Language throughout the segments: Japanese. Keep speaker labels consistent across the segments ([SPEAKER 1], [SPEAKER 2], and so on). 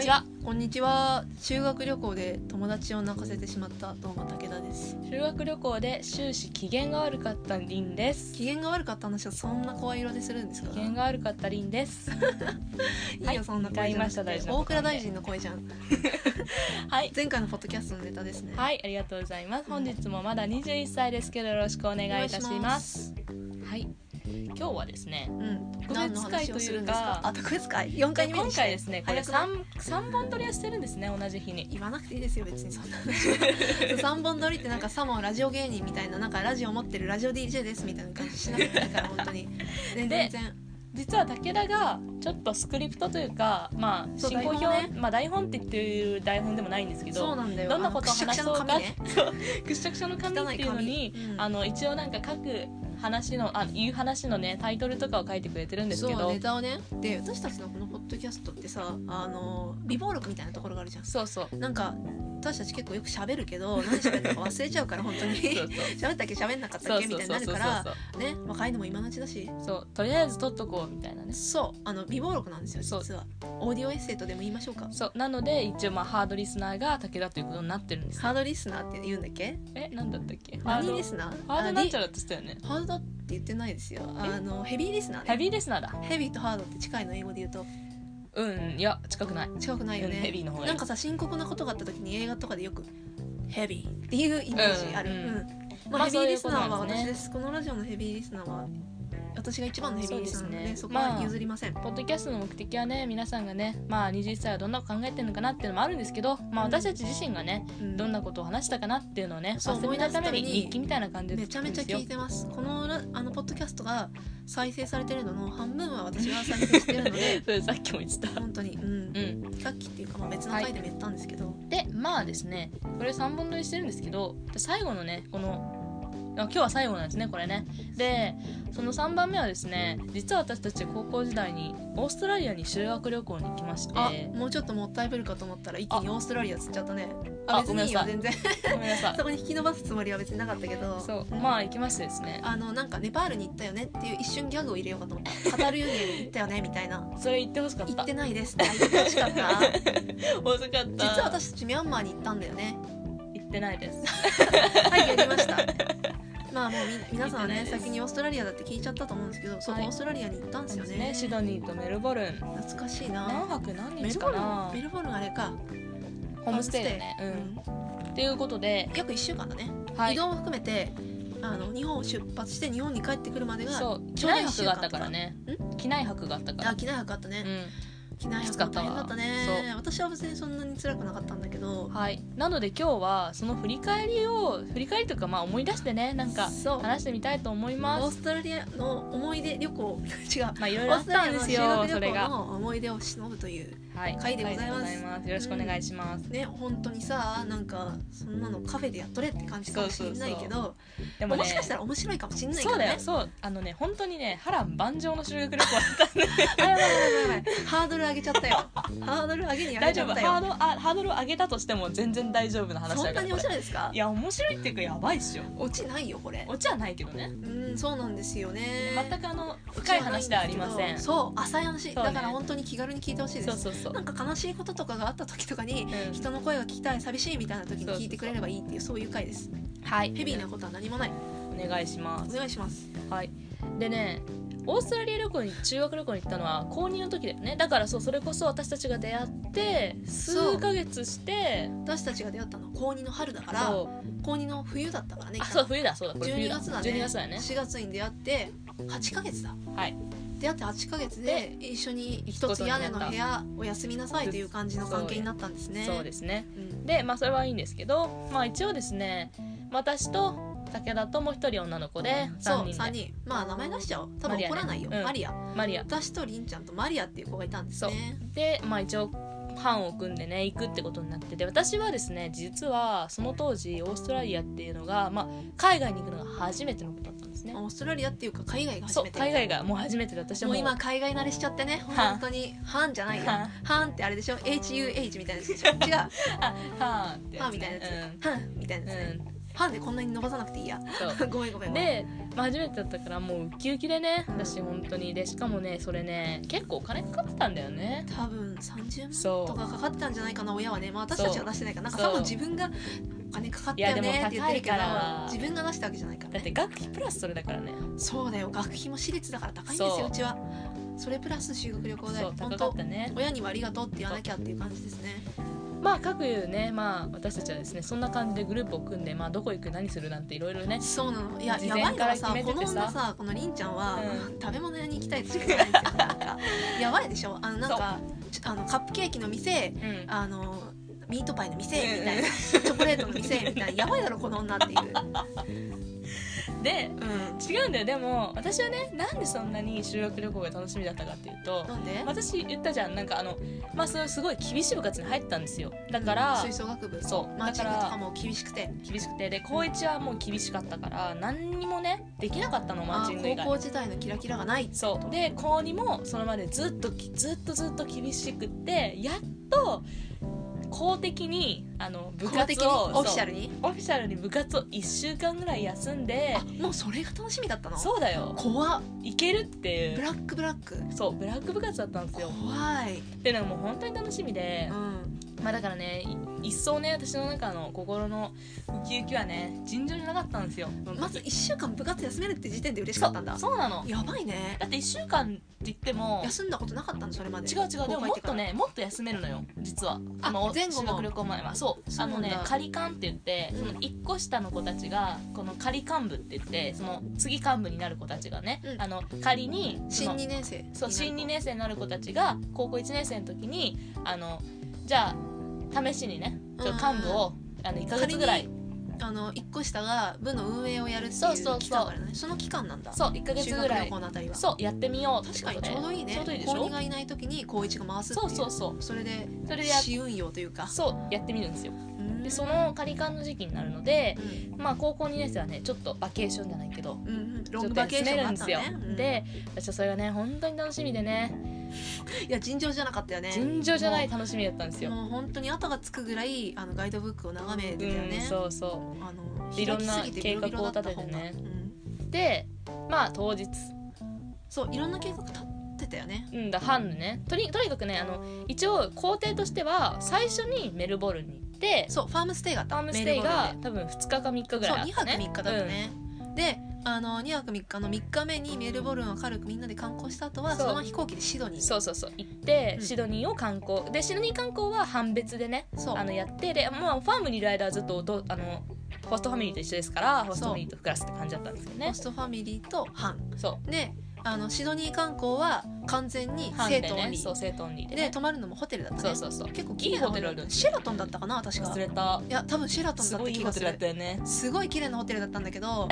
[SPEAKER 1] ちは、こんにちは修学旅行で友達を泣かせてしまったどうも武田です
[SPEAKER 2] 修学旅行で終始機嫌が悪かったりんです
[SPEAKER 1] 機嫌が悪かった話はそんな声色でするんですか
[SPEAKER 2] 機嫌が悪かったりんです
[SPEAKER 1] いいよそんな声じゃな
[SPEAKER 2] 歌い
[SPEAKER 1] くて
[SPEAKER 2] ました大事なことなんで
[SPEAKER 1] 大倉大臣の声じゃん
[SPEAKER 2] はい
[SPEAKER 1] 前回のポッドキャストのネタですね
[SPEAKER 2] はいありがとうございます本日もまだ21歳ですけどよろしくお願いいたします
[SPEAKER 1] す
[SPEAKER 2] はい今日はですね
[SPEAKER 1] うん
[SPEAKER 2] 別会
[SPEAKER 1] 何の話をするんですか
[SPEAKER 2] というか
[SPEAKER 1] あ特別会四回目
[SPEAKER 2] 今
[SPEAKER 1] にして
[SPEAKER 2] 回ですねこれ
[SPEAKER 1] 早くない
[SPEAKER 2] 三三本取りはしてるんですね同じ日に
[SPEAKER 1] 言わなくていいですよ別にそんな 話は三本撮りってなんかさもラジオ芸人みたいななんかラジオ持ってるラジオ DJ ですみたいな感じしなくていいから本当に全然
[SPEAKER 2] 実は武田がちょっとスクリプトというかまあ
[SPEAKER 1] そう
[SPEAKER 2] 進行表、
[SPEAKER 1] 台本
[SPEAKER 2] まあ台本って言ってる台本でもないんですけど
[SPEAKER 1] そうなんだよ
[SPEAKER 2] どんなことを
[SPEAKER 1] あのく
[SPEAKER 2] 話
[SPEAKER 1] しゃくしゃの
[SPEAKER 2] そうか
[SPEAKER 1] 紙ね
[SPEAKER 2] そうくしゃくしゃの紙
[SPEAKER 1] 汚
[SPEAKER 2] っ
[SPEAKER 1] い
[SPEAKER 2] ていうのに、
[SPEAKER 1] 紙うん
[SPEAKER 2] あの一応なんか各話のあ言う話のねタイトルとかを書いてくれてるんですけど
[SPEAKER 1] そ
[SPEAKER 2] そうう,、
[SPEAKER 1] ネタをねで私たちのこのポッドキャストってさあの微暴録みたいなところがあるじゃん
[SPEAKER 2] そうそう
[SPEAKER 1] なんか私たち結構よく喋るけど何喋ったか忘れちゃうから本当 に
[SPEAKER 2] そう
[SPEAKER 1] 喋ったっけ喋んなかった
[SPEAKER 2] そ
[SPEAKER 1] っ
[SPEAKER 2] う
[SPEAKER 1] けみ
[SPEAKER 2] そう
[SPEAKER 1] たいに
[SPEAKER 2] そう
[SPEAKER 1] な
[SPEAKER 2] そうそ
[SPEAKER 1] る
[SPEAKER 2] う
[SPEAKER 1] からね若いのも今のうちだし
[SPEAKER 2] そうとりあえず取っとこうみたいなね
[SPEAKER 1] そうあの微暴録なんですよ
[SPEAKER 2] そう
[SPEAKER 1] 実はオーディオエッセイとでも言いましょうか
[SPEAKER 2] そうなので一応まあハードリスナーが武田ということになってるんですよ
[SPEAKER 1] ハードリスナーって言うんだっけ
[SPEAKER 2] えなんだったっけハー
[SPEAKER 1] 何
[SPEAKER 2] ド
[SPEAKER 1] リスナー
[SPEAKER 2] ハードなんちゃ
[SPEAKER 1] あ
[SPEAKER 2] らって言ってたよね
[SPEAKER 1] リハードって言ってないですよあのヘビーリスナー
[SPEAKER 2] ヘ
[SPEAKER 1] ね
[SPEAKER 2] ビーリスナーだ
[SPEAKER 1] ヘビーとハードって近いの英語で言うと
[SPEAKER 2] うんいや近くない
[SPEAKER 1] 近くないよね、
[SPEAKER 2] うんヘビーの方がいい
[SPEAKER 1] なんかさ深刻なことがあった時に映画とかでよく「ヘビー」っていうイメージある、
[SPEAKER 2] うんうん
[SPEAKER 1] うんまあ、
[SPEAKER 2] まあ
[SPEAKER 1] ヘビーリスナ
[SPEAKER 2] そうい
[SPEAKER 1] ーは
[SPEAKER 2] うことなんです
[SPEAKER 1] 私
[SPEAKER 2] ね
[SPEAKER 1] ですこのラジオのヘビーリスナーは私が一番のヘビーリスナーなのでそ
[SPEAKER 2] そうですね
[SPEAKER 1] こは
[SPEAKER 2] まあ
[SPEAKER 1] 譲りません、
[SPEAKER 2] ポッドキャストの目的はね皆さんがねまあ21歳はどんなこと考えてるのかなっていうのもあるんですけど、まあ、
[SPEAKER 1] うん
[SPEAKER 2] 私たち自身がね
[SPEAKER 1] うん
[SPEAKER 2] どんなことを話したかなっていうのをね
[SPEAKER 1] そう
[SPEAKER 2] 忘れないために
[SPEAKER 1] 思い出すために
[SPEAKER 2] 日記みたいな感じで
[SPEAKER 1] めちゃめちゃ聞いてますこのラあのポッドキャストが再生されてるのの半分は私が再生してるの で
[SPEAKER 2] それさっきも言ってた。
[SPEAKER 1] 本当に、う、
[SPEAKER 2] うんん、
[SPEAKER 1] さっきっていうか、まあ、別の回でも言ったんですけど、
[SPEAKER 2] でまあですねこれ3本撮りしてるんですけど最後のねこのあ今日は最後なんですねこれねでその3番目はですね実は私たち高校時代にオーストラリアに修学旅行に行きまして
[SPEAKER 1] あもうちょっともったいぶるかと思ったら一気にオーストラリアつっちゃったねあ
[SPEAKER 2] あ
[SPEAKER 1] 別にいいよ
[SPEAKER 2] ごめ
[SPEAKER 1] 全然
[SPEAKER 2] ごめんなさい
[SPEAKER 1] そこに引き伸ばすつもりは別になかったけど
[SPEAKER 2] そうまあ行きましてですね
[SPEAKER 1] あのなんかネパールに行ったよねっていう一瞬ギャグを入れようかと思ったカタルーニャに行ったよねみた いな
[SPEAKER 2] それ行ってほしかっ
[SPEAKER 1] 行
[SPEAKER 2] た
[SPEAKER 1] ってないですって言ってほし かった
[SPEAKER 2] 遅かった
[SPEAKER 1] 実は私たちミャンマーに行ったんだよね
[SPEAKER 2] 行ってないです
[SPEAKER 1] はいやりました まあもうみ皆さんは
[SPEAKER 2] 行
[SPEAKER 1] ね
[SPEAKER 2] ってないです
[SPEAKER 1] 先にオーストラリアだって聞いちゃったと思うんですけどそう、
[SPEAKER 2] はい
[SPEAKER 1] オーストラリアに行ったんですよね
[SPEAKER 2] ねシドニーとメルボルン
[SPEAKER 1] 懐かしいな
[SPEAKER 2] 何泊何
[SPEAKER 1] メ
[SPEAKER 2] 日
[SPEAKER 1] ルボ
[SPEAKER 2] か
[SPEAKER 1] ルン
[SPEAKER 2] な
[SPEAKER 1] メルボルンあれか
[SPEAKER 2] ホームステイだね
[SPEAKER 1] ホームステイ
[SPEAKER 2] うんっていうことで
[SPEAKER 1] うん約1週間だね、
[SPEAKER 2] はい
[SPEAKER 1] 移動も含めてあの日本を出発して日本に帰ってくるまでが
[SPEAKER 2] そう機
[SPEAKER 1] ちょうど
[SPEAKER 2] 内
[SPEAKER 1] 一週
[SPEAKER 2] 泊
[SPEAKER 1] 間
[SPEAKER 2] があったからね
[SPEAKER 1] ん
[SPEAKER 2] 機内泊があったか
[SPEAKER 1] あ
[SPEAKER 2] ら
[SPEAKER 1] 機内泊あったね、機内
[SPEAKER 2] きつ
[SPEAKER 1] 泊
[SPEAKER 2] かった
[SPEAKER 1] 大
[SPEAKER 2] わ
[SPEAKER 1] 変だったね私は別にそんなに辛くなかったんだけど
[SPEAKER 2] うんはいなので今日はその振り返りを振り返りというかまあ思い出してねなんか
[SPEAKER 1] そう
[SPEAKER 2] 話してみたいと思い
[SPEAKER 1] オー
[SPEAKER 2] ます
[SPEAKER 1] ストラリアの思い出旅行 違う
[SPEAKER 2] まあいろい
[SPEAKER 1] オ
[SPEAKER 2] ろあ
[SPEAKER 1] ー
[SPEAKER 2] っ
[SPEAKER 1] ストラ
[SPEAKER 2] たん
[SPEAKER 1] リ
[SPEAKER 2] で
[SPEAKER 1] アの
[SPEAKER 2] すよ
[SPEAKER 1] 修学
[SPEAKER 2] そ
[SPEAKER 1] 旅
[SPEAKER 2] れ
[SPEAKER 1] 行
[SPEAKER 2] が
[SPEAKER 1] の思い出を忍ぶという
[SPEAKER 2] はい
[SPEAKER 1] 回でございます
[SPEAKER 2] 回でございますよろしくお願いします
[SPEAKER 1] ね本当にさなんかそんなのカフェでやっとれって感じかもしれないけど
[SPEAKER 2] そうでも
[SPEAKER 1] も
[SPEAKER 2] ね
[SPEAKER 1] しかしたら面白いかもしれないか
[SPEAKER 2] そう
[SPEAKER 1] ら
[SPEAKER 2] だ
[SPEAKER 1] ね
[SPEAKER 2] よそうあのね本当にね波乱万丈の修学旅行だったんで
[SPEAKER 1] あ やばいやばいやばいやばいハードル上げちゃったよハードル上げに上げ
[SPEAKER 2] 大
[SPEAKER 1] ち
[SPEAKER 2] 丈
[SPEAKER 1] ゃ
[SPEAKER 2] 夫
[SPEAKER 1] った
[SPEAKER 2] ハー
[SPEAKER 1] よ
[SPEAKER 2] ドあハードルを上げたとしても全然大丈夫な話
[SPEAKER 1] そ
[SPEAKER 2] だ
[SPEAKER 1] んな
[SPEAKER 2] から
[SPEAKER 1] に
[SPEAKER 2] こ
[SPEAKER 1] 面
[SPEAKER 2] れ
[SPEAKER 1] 白いですか
[SPEAKER 2] いや面白いっていうかやばいっしょ
[SPEAKER 1] 落ちないよこれ
[SPEAKER 2] オチはないけどね
[SPEAKER 1] うんそうなんですよね
[SPEAKER 2] 全くあの深い話ではありませんそ
[SPEAKER 1] そう浅い話、
[SPEAKER 2] そうね
[SPEAKER 1] だから本当に気軽に聞いてほしいです
[SPEAKER 2] うそうそう
[SPEAKER 1] なんか悲しいこととかがあった時とかに、
[SPEAKER 2] うん
[SPEAKER 1] 人の声が聞きたい寂しいみたいな時に
[SPEAKER 2] そうそう
[SPEAKER 1] 聞いてくれればいいっていうそういう回です
[SPEAKER 2] はい
[SPEAKER 1] ヘビーなことは何もない
[SPEAKER 2] お願いしま
[SPEAKER 1] お
[SPEAKER 2] す
[SPEAKER 1] 願いします
[SPEAKER 2] はいでねオーストラリア旅行に中学旅行に行ったのは高2の時だよねだからそうそれこそ私たちが出会って
[SPEAKER 1] そう
[SPEAKER 2] 数ヶ月して
[SPEAKER 1] 私たちが出会ったのは高2の春だから
[SPEAKER 2] そう
[SPEAKER 1] 高2の冬だったからね
[SPEAKER 2] あそう冬だそうだこれ冬
[SPEAKER 1] 12
[SPEAKER 2] だ
[SPEAKER 1] 月だね
[SPEAKER 2] 12月だよね
[SPEAKER 1] 4月に出会って8ヶ月だ
[SPEAKER 2] はい
[SPEAKER 1] 出会って8ヶ月で一緒に
[SPEAKER 2] 行く
[SPEAKER 1] 一
[SPEAKER 2] こと
[SPEAKER 1] つ
[SPEAKER 2] にな
[SPEAKER 1] 屋
[SPEAKER 2] った
[SPEAKER 1] 根の部屋おやすみなさいという感じの関係になったんですね
[SPEAKER 2] そうですね
[SPEAKER 1] うん
[SPEAKER 2] でまあそれはいいんですけどまあ一応ですね私と武田ともう一人女の子で
[SPEAKER 1] そ
[SPEAKER 2] 3
[SPEAKER 1] う
[SPEAKER 2] 人
[SPEAKER 1] 3
[SPEAKER 2] で
[SPEAKER 1] 人まあ名前出しちゃおう多分
[SPEAKER 2] マリア
[SPEAKER 1] 怒
[SPEAKER 2] ね
[SPEAKER 1] らないよ
[SPEAKER 2] うん
[SPEAKER 1] マリア,、
[SPEAKER 2] マリア
[SPEAKER 1] 私とりんちゃんとマリアっていう子がいたんですね
[SPEAKER 2] でまあ一応班を組んでね行くってことになってて私はですね実はその当時オーストラリアっていうのが、まあ、海外に行くのが初めてのことだったんですね
[SPEAKER 1] オーストラリアっていうか海外が初
[SPEAKER 2] そう
[SPEAKER 1] めて
[SPEAKER 2] 海外がもう初めてで私は
[SPEAKER 1] も
[SPEAKER 2] も
[SPEAKER 1] う
[SPEAKER 2] う
[SPEAKER 1] 今海外慣れしちゃってね
[SPEAKER 2] はあ
[SPEAKER 1] 本当に「はん」じゃないよ
[SPEAKER 2] は
[SPEAKER 1] 「はん」ってあれでしょ HUH みたいなやつ でしょ違う「は
[SPEAKER 2] あはあって
[SPEAKER 1] あみたいなやつ
[SPEAKER 2] うん
[SPEAKER 1] ん」みたいなやつね
[SPEAKER 2] う
[SPEAKER 1] 「はん」でこんなに伸ばさなくていいや
[SPEAKER 2] ん、そう
[SPEAKER 1] ごめんごめんごめん
[SPEAKER 2] でまあ、初めてだったからもうウキウキでね私本当にでしかもねそれね結構お金かかってたんだよね
[SPEAKER 1] 多分30
[SPEAKER 2] そ
[SPEAKER 1] 万
[SPEAKER 2] う
[SPEAKER 1] とかかかってたんじゃないかな親はね、まあ、私たちは出してないからなんか
[SPEAKER 2] そう
[SPEAKER 1] 多分自分がお金かかったよ
[SPEAKER 2] い
[SPEAKER 1] ね
[SPEAKER 2] やで
[SPEAKER 1] って言
[SPEAKER 2] も高
[SPEAKER 1] ってる
[SPEAKER 2] い
[SPEAKER 1] け
[SPEAKER 2] か
[SPEAKER 1] ど
[SPEAKER 2] ら
[SPEAKER 1] 自分が出したわけじゃないから
[SPEAKER 2] だって
[SPEAKER 1] ね
[SPEAKER 2] 学費プラスそれだからね
[SPEAKER 1] そうだよ学費も私立だから高いんです
[SPEAKER 2] そ
[SPEAKER 1] よ
[SPEAKER 2] う
[SPEAKER 1] うちはそれプラス修学旅行代
[SPEAKER 2] そう
[SPEAKER 1] 本
[SPEAKER 2] 高か
[SPEAKER 1] 当
[SPEAKER 2] ったね
[SPEAKER 1] 親にはありがとうって言わなきゃっていう感じですね
[SPEAKER 2] まあ各いうねまあ私たちはですねそんな感じでグループを組んでまあどこ行く何するなんていろいろね
[SPEAKER 1] そうなのいや
[SPEAKER 2] 事
[SPEAKER 1] や
[SPEAKER 2] 前
[SPEAKER 1] ばいのが
[SPEAKER 2] から
[SPEAKER 1] さ
[SPEAKER 2] 決
[SPEAKER 1] こ
[SPEAKER 2] めてて
[SPEAKER 1] の
[SPEAKER 2] さ
[SPEAKER 1] 女さこのりんちゃんは、
[SPEAKER 2] う
[SPEAKER 1] 食べ物屋に行きたいってしか言 わないんですよなんかやばいでしょあのなんかちあのカップケーキの店
[SPEAKER 2] うん
[SPEAKER 1] あのミートパイの店
[SPEAKER 2] うん
[SPEAKER 1] みたいな、チョコレートの店みたいなやばいだろこの女っていう、
[SPEAKER 2] で
[SPEAKER 1] う
[SPEAKER 2] 違うんだよでも私はねなんでそんなに修学旅行が楽しみだったかっていうと
[SPEAKER 1] ん、なんで、
[SPEAKER 2] 私言ったじゃんなんかあのまあそういうすごい厳しい部活に入ったんですよだから
[SPEAKER 1] 吹奏楽部
[SPEAKER 2] そう
[SPEAKER 1] マー
[SPEAKER 2] だ
[SPEAKER 1] チ
[SPEAKER 2] か
[SPEAKER 1] ングとからも厳しくて
[SPEAKER 2] 厳しくてで高一はもう厳しかったから何にもねできなかったのマー
[SPEAKER 1] あ
[SPEAKER 2] チング以
[SPEAKER 1] ー高
[SPEAKER 2] 外
[SPEAKER 1] 校時代のキラキラがない
[SPEAKER 2] そうで高2もそれまでずっときずっとずっと厳しくってやっと公的にあの部
[SPEAKER 1] 部
[SPEAKER 2] 活
[SPEAKER 1] 的に
[SPEAKER 2] を
[SPEAKER 1] オフィシャ
[SPEAKER 2] ル
[SPEAKER 1] ルに
[SPEAKER 2] オフィシャルに部活を1週間ぐらい休んで
[SPEAKER 1] あもうそれが楽しみだったの
[SPEAKER 2] そうだよ
[SPEAKER 1] 怖っ
[SPEAKER 2] いけるってい
[SPEAKER 1] ブ
[SPEAKER 2] う
[SPEAKER 1] ラックブラック
[SPEAKER 2] そうブラック部活だったんですよ
[SPEAKER 1] 怖い、
[SPEAKER 2] でなんかもう本当に楽しみで
[SPEAKER 1] うん、
[SPEAKER 2] まあだからねい一層ね私の中の心のウキウキはね尋常じゃなかったんですよ
[SPEAKER 1] まず1週間部活休めるって時点で嬉し
[SPEAKER 2] そ
[SPEAKER 1] かったん
[SPEAKER 2] う
[SPEAKER 1] だ
[SPEAKER 2] そうなの
[SPEAKER 1] やばいね
[SPEAKER 2] だって1週間って言っても
[SPEAKER 1] 休んだことなかったのそれまで
[SPEAKER 2] 違う違うでももっと
[SPEAKER 1] 公開行ってから
[SPEAKER 2] ねもっと休めるのよ実は
[SPEAKER 1] あ
[SPEAKER 2] この
[SPEAKER 1] 前後も
[SPEAKER 2] 修学旅行前はそう
[SPEAKER 1] そう
[SPEAKER 2] あ
[SPEAKER 1] なんだ
[SPEAKER 2] のね仮館って言ってその
[SPEAKER 1] うん
[SPEAKER 2] 1個下の子たちがこの仮幹部って言ってその次幹部になる子たちがね、
[SPEAKER 1] うん
[SPEAKER 2] あの仮にそ
[SPEAKER 1] 新
[SPEAKER 2] の
[SPEAKER 1] 2年生
[SPEAKER 2] そう新2
[SPEAKER 1] になる
[SPEAKER 2] 年生になる子たちが高校1年生の時にあのじゃあ試しにねちょ
[SPEAKER 1] うん
[SPEAKER 2] 幹部をあの1か月ぐらい
[SPEAKER 1] 子あの1個下が部の運営をやるって
[SPEAKER 2] そう
[SPEAKER 1] い
[SPEAKER 2] そうそうう
[SPEAKER 1] 期間からねその期間なんだ
[SPEAKER 2] そう1か月
[SPEAKER 1] 修
[SPEAKER 2] ぐ
[SPEAKER 1] 学
[SPEAKER 2] ら
[SPEAKER 1] 旅
[SPEAKER 2] い
[SPEAKER 1] 行のあたりは
[SPEAKER 2] そうやってみようって
[SPEAKER 1] 確
[SPEAKER 2] こ
[SPEAKER 1] かに
[SPEAKER 2] とで
[SPEAKER 1] ちょうどいいね
[SPEAKER 2] ちょうどいいでし
[SPEAKER 1] 高
[SPEAKER 2] ょ
[SPEAKER 1] 2がいない時に高1が回すって
[SPEAKER 2] そう
[SPEAKER 1] い
[SPEAKER 2] うそうそう
[SPEAKER 1] それで
[SPEAKER 2] それでや
[SPEAKER 1] 試運用というか
[SPEAKER 2] そうやってみるんですよ
[SPEAKER 1] うん
[SPEAKER 2] でその仮館の時期になるので
[SPEAKER 1] うん
[SPEAKER 2] まあ高校2年生はねちょっとバケーションじゃないけど
[SPEAKER 1] うんうん
[SPEAKER 2] ちょ
[SPEAKER 1] ロン
[SPEAKER 2] っ
[SPEAKER 1] グ
[SPEAKER 2] と
[SPEAKER 1] バケー
[SPEAKER 2] 休
[SPEAKER 1] シ
[SPEAKER 2] め
[SPEAKER 1] ョン
[SPEAKER 2] る
[SPEAKER 1] があ
[SPEAKER 2] んで
[SPEAKER 1] った
[SPEAKER 2] すよ、
[SPEAKER 1] のね
[SPEAKER 2] で私はそれがね本当に楽しみでね
[SPEAKER 1] うんいや尋常じゃなかったよね
[SPEAKER 2] 尋常じゃない楽しみだったんですよ、
[SPEAKER 1] もう本当に後がつくぐらいあのガイドブックを眺めてたよ
[SPEAKER 2] うん
[SPEAKER 1] ね
[SPEAKER 2] そうそ
[SPEAKER 1] あの
[SPEAKER 2] いろんな
[SPEAKER 1] 開きすぎビロビロだった
[SPEAKER 2] 計画を立ててね
[SPEAKER 1] 本がうん
[SPEAKER 2] うでまあ当日
[SPEAKER 1] そういろんな計画立ってたよね
[SPEAKER 2] うんだ班のねとにとにかくねあの一応工程としては最初にメルボルンに行って
[SPEAKER 1] そうファームステイがあった
[SPEAKER 2] タームステイが
[SPEAKER 1] メ
[SPEAKER 2] 多分2日か3日ぐ
[SPEAKER 1] ルボ
[SPEAKER 2] らいあ
[SPEAKER 1] ルン
[SPEAKER 2] っ
[SPEAKER 1] で
[SPEAKER 2] たね
[SPEAKER 1] そう2泊3日だったね、であの2泊3日の3日目にメルボルンを軽くみんなで観光した後
[SPEAKER 2] そ
[SPEAKER 1] は
[SPEAKER 2] う
[SPEAKER 1] そのまま飛行機でシドニ
[SPEAKER 2] う
[SPEAKER 1] ー
[SPEAKER 2] ん
[SPEAKER 1] そ
[SPEAKER 2] そうそうそう行って、
[SPEAKER 1] うん
[SPEAKER 2] シドニーを観光でシドニー観光は班別でね
[SPEAKER 1] う
[SPEAKER 2] あのやってで、まあ、ファームにいる間はずっとどあのホストファミリーと一緒ですからホストファミリーとクラスって感じだったんですよね
[SPEAKER 1] ホストファミリーと班
[SPEAKER 2] そう
[SPEAKER 1] であのシドニー観光は完全に生徒オン
[SPEAKER 2] ね
[SPEAKER 1] リ
[SPEAKER 2] そう
[SPEAKER 1] ー
[SPEAKER 2] 生徒オンリーで
[SPEAKER 1] で,、
[SPEAKER 2] ね
[SPEAKER 1] 泊まるのもホテルだったね
[SPEAKER 2] そうそうそう
[SPEAKER 1] 結構綺麗なホテルだっ
[SPEAKER 2] いいホテルあ
[SPEAKER 1] た
[SPEAKER 2] る
[SPEAKER 1] シェラトンだったかな私が
[SPEAKER 2] 忘れた
[SPEAKER 1] いや多分シェラトン
[SPEAKER 2] す
[SPEAKER 1] だっ
[SPEAKER 2] ご
[SPEAKER 1] た
[SPEAKER 2] いいい
[SPEAKER 1] 気
[SPEAKER 2] ホ
[SPEAKER 1] が
[SPEAKER 2] テ
[SPEAKER 1] す
[SPEAKER 2] ルだっ
[SPEAKER 1] る
[SPEAKER 2] たよね
[SPEAKER 1] すごい綺麗なホテルだったんだ けど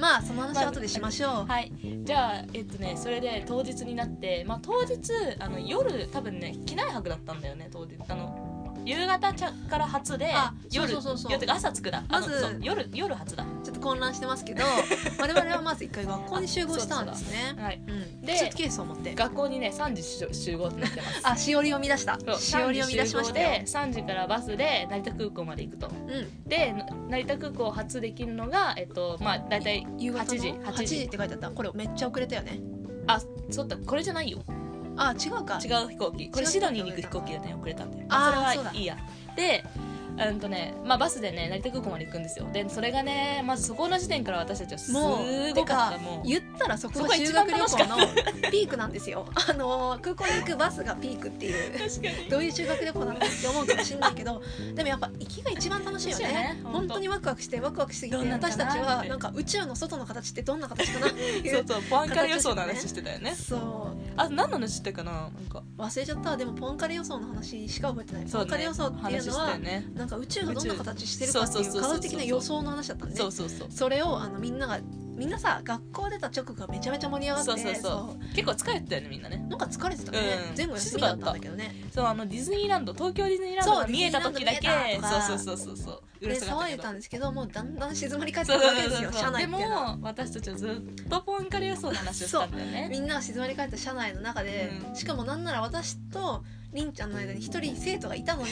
[SPEAKER 1] まあその話は後でしましょう
[SPEAKER 2] はいじゃあえっとねそれで当日になってまあ当日あの夜多分ね機内泊だったんだよね当日あの夕方ちゃから初で
[SPEAKER 1] あ
[SPEAKER 2] 夜
[SPEAKER 1] そうそうそうそう
[SPEAKER 2] 夜てか朝着くだあの
[SPEAKER 1] まず
[SPEAKER 2] そう夜夜初だ
[SPEAKER 1] ちょっと混乱してますけ ど我々はまず一回学校に集合したんですね
[SPEAKER 2] はい
[SPEAKER 1] うん
[SPEAKER 2] で
[SPEAKER 1] スーツケースを持って
[SPEAKER 2] 学校にね3時集集合ってなって ます
[SPEAKER 1] あしおりを乱した
[SPEAKER 2] そう
[SPEAKER 1] しおり
[SPEAKER 2] 3
[SPEAKER 1] を
[SPEAKER 2] 時
[SPEAKER 1] 乱しましたよ
[SPEAKER 2] 集合で3時からバスで成田空港まで行くと
[SPEAKER 1] うん
[SPEAKER 2] でな成田空港を発できるのがえっとまあ大体
[SPEAKER 1] 夕方の
[SPEAKER 2] 8時
[SPEAKER 1] 8時って書いてあったこれめっちゃ遅れたよね
[SPEAKER 2] あそうだこれじゃないよ
[SPEAKER 1] あ違うか
[SPEAKER 2] 違う飛行機これシドニーに行く飛行機がね遅れたんで
[SPEAKER 1] あー
[SPEAKER 2] あ
[SPEAKER 1] そ
[SPEAKER 2] そうれ
[SPEAKER 1] だ
[SPEAKER 2] はいいやでうんとねまあ、バスでね成田空港まで行くんですよでそれがねまずそこの時点から私たちはす
[SPEAKER 1] もう
[SPEAKER 2] ご
[SPEAKER 1] て
[SPEAKER 2] かっ
[SPEAKER 1] か
[SPEAKER 2] たもう
[SPEAKER 1] 言ったらそこ
[SPEAKER 2] そ
[SPEAKER 1] が
[SPEAKER 2] こが
[SPEAKER 1] 修
[SPEAKER 2] 一
[SPEAKER 1] 学
[SPEAKER 2] 番
[SPEAKER 1] 旅
[SPEAKER 2] 楽し
[SPEAKER 1] 行
[SPEAKER 2] かった
[SPEAKER 1] のピークなんですよあのー空港に行くバスがピークっていう
[SPEAKER 2] 確かに
[SPEAKER 1] どういう修学旅行なのって思うかもしれないけどでもやっぱ行きが一番楽しいよ
[SPEAKER 2] そうよ
[SPEAKER 1] ね
[SPEAKER 2] ね
[SPEAKER 1] 本当にワクワクしてワクワクしすぎて
[SPEAKER 2] どんなんかな
[SPEAKER 1] 私たちは
[SPEAKER 2] って
[SPEAKER 1] なんか宇宙の外の形ってどんな形かなってい
[SPEAKER 2] そう
[SPEAKER 1] う
[SPEAKER 2] そうポアンカレ予想の話してたよね
[SPEAKER 1] そう
[SPEAKER 2] あ何の話してたかななんか
[SPEAKER 1] 忘れちゃったでもポンカレ予想の話しか覚えてない、
[SPEAKER 2] そ
[SPEAKER 1] ポ
[SPEAKER 2] う
[SPEAKER 1] ンカレ予想っていう
[SPEAKER 2] 話
[SPEAKER 1] の
[SPEAKER 2] してた
[SPEAKER 1] は、
[SPEAKER 2] よね
[SPEAKER 1] なんか宇宙がどんな形してるかってい
[SPEAKER 2] そううそうそう
[SPEAKER 1] 科
[SPEAKER 2] そう
[SPEAKER 1] 学的な予想の話だったんで
[SPEAKER 2] そうそうそう
[SPEAKER 1] それをあのみんながみんなさ学校出た直後がめちゃめちゃ盛り上がって
[SPEAKER 2] そうそうそう
[SPEAKER 1] そう
[SPEAKER 2] 結構疲れてたよねみんなね
[SPEAKER 1] なんか疲れてたね、
[SPEAKER 2] うん
[SPEAKER 1] 全部休みだったんだけどね
[SPEAKER 2] そうあのディズニーランド東京ディズニーランド
[SPEAKER 1] そう
[SPEAKER 2] が見えた時だけ
[SPEAKER 1] ディズニーランド見えたとか
[SPEAKER 2] そうそうそうそうそう
[SPEAKER 1] で騒いでた
[SPEAKER 2] ん
[SPEAKER 1] んですけどもうだんだん静まり返って
[SPEAKER 2] そう
[SPEAKER 1] くるわけ
[SPEAKER 2] そ
[SPEAKER 1] で
[SPEAKER 2] うそ
[SPEAKER 1] す
[SPEAKER 2] うそう
[SPEAKER 1] よ車
[SPEAKER 2] で
[SPEAKER 1] 内みたいな
[SPEAKER 2] も私たちはずっとポアンカレ予想の話をしたんだよね
[SPEAKER 1] みんなが静まり返った車内の中で、
[SPEAKER 2] うん
[SPEAKER 1] しかもなんなら私とりんちゃんの間に一人生徒がいたの に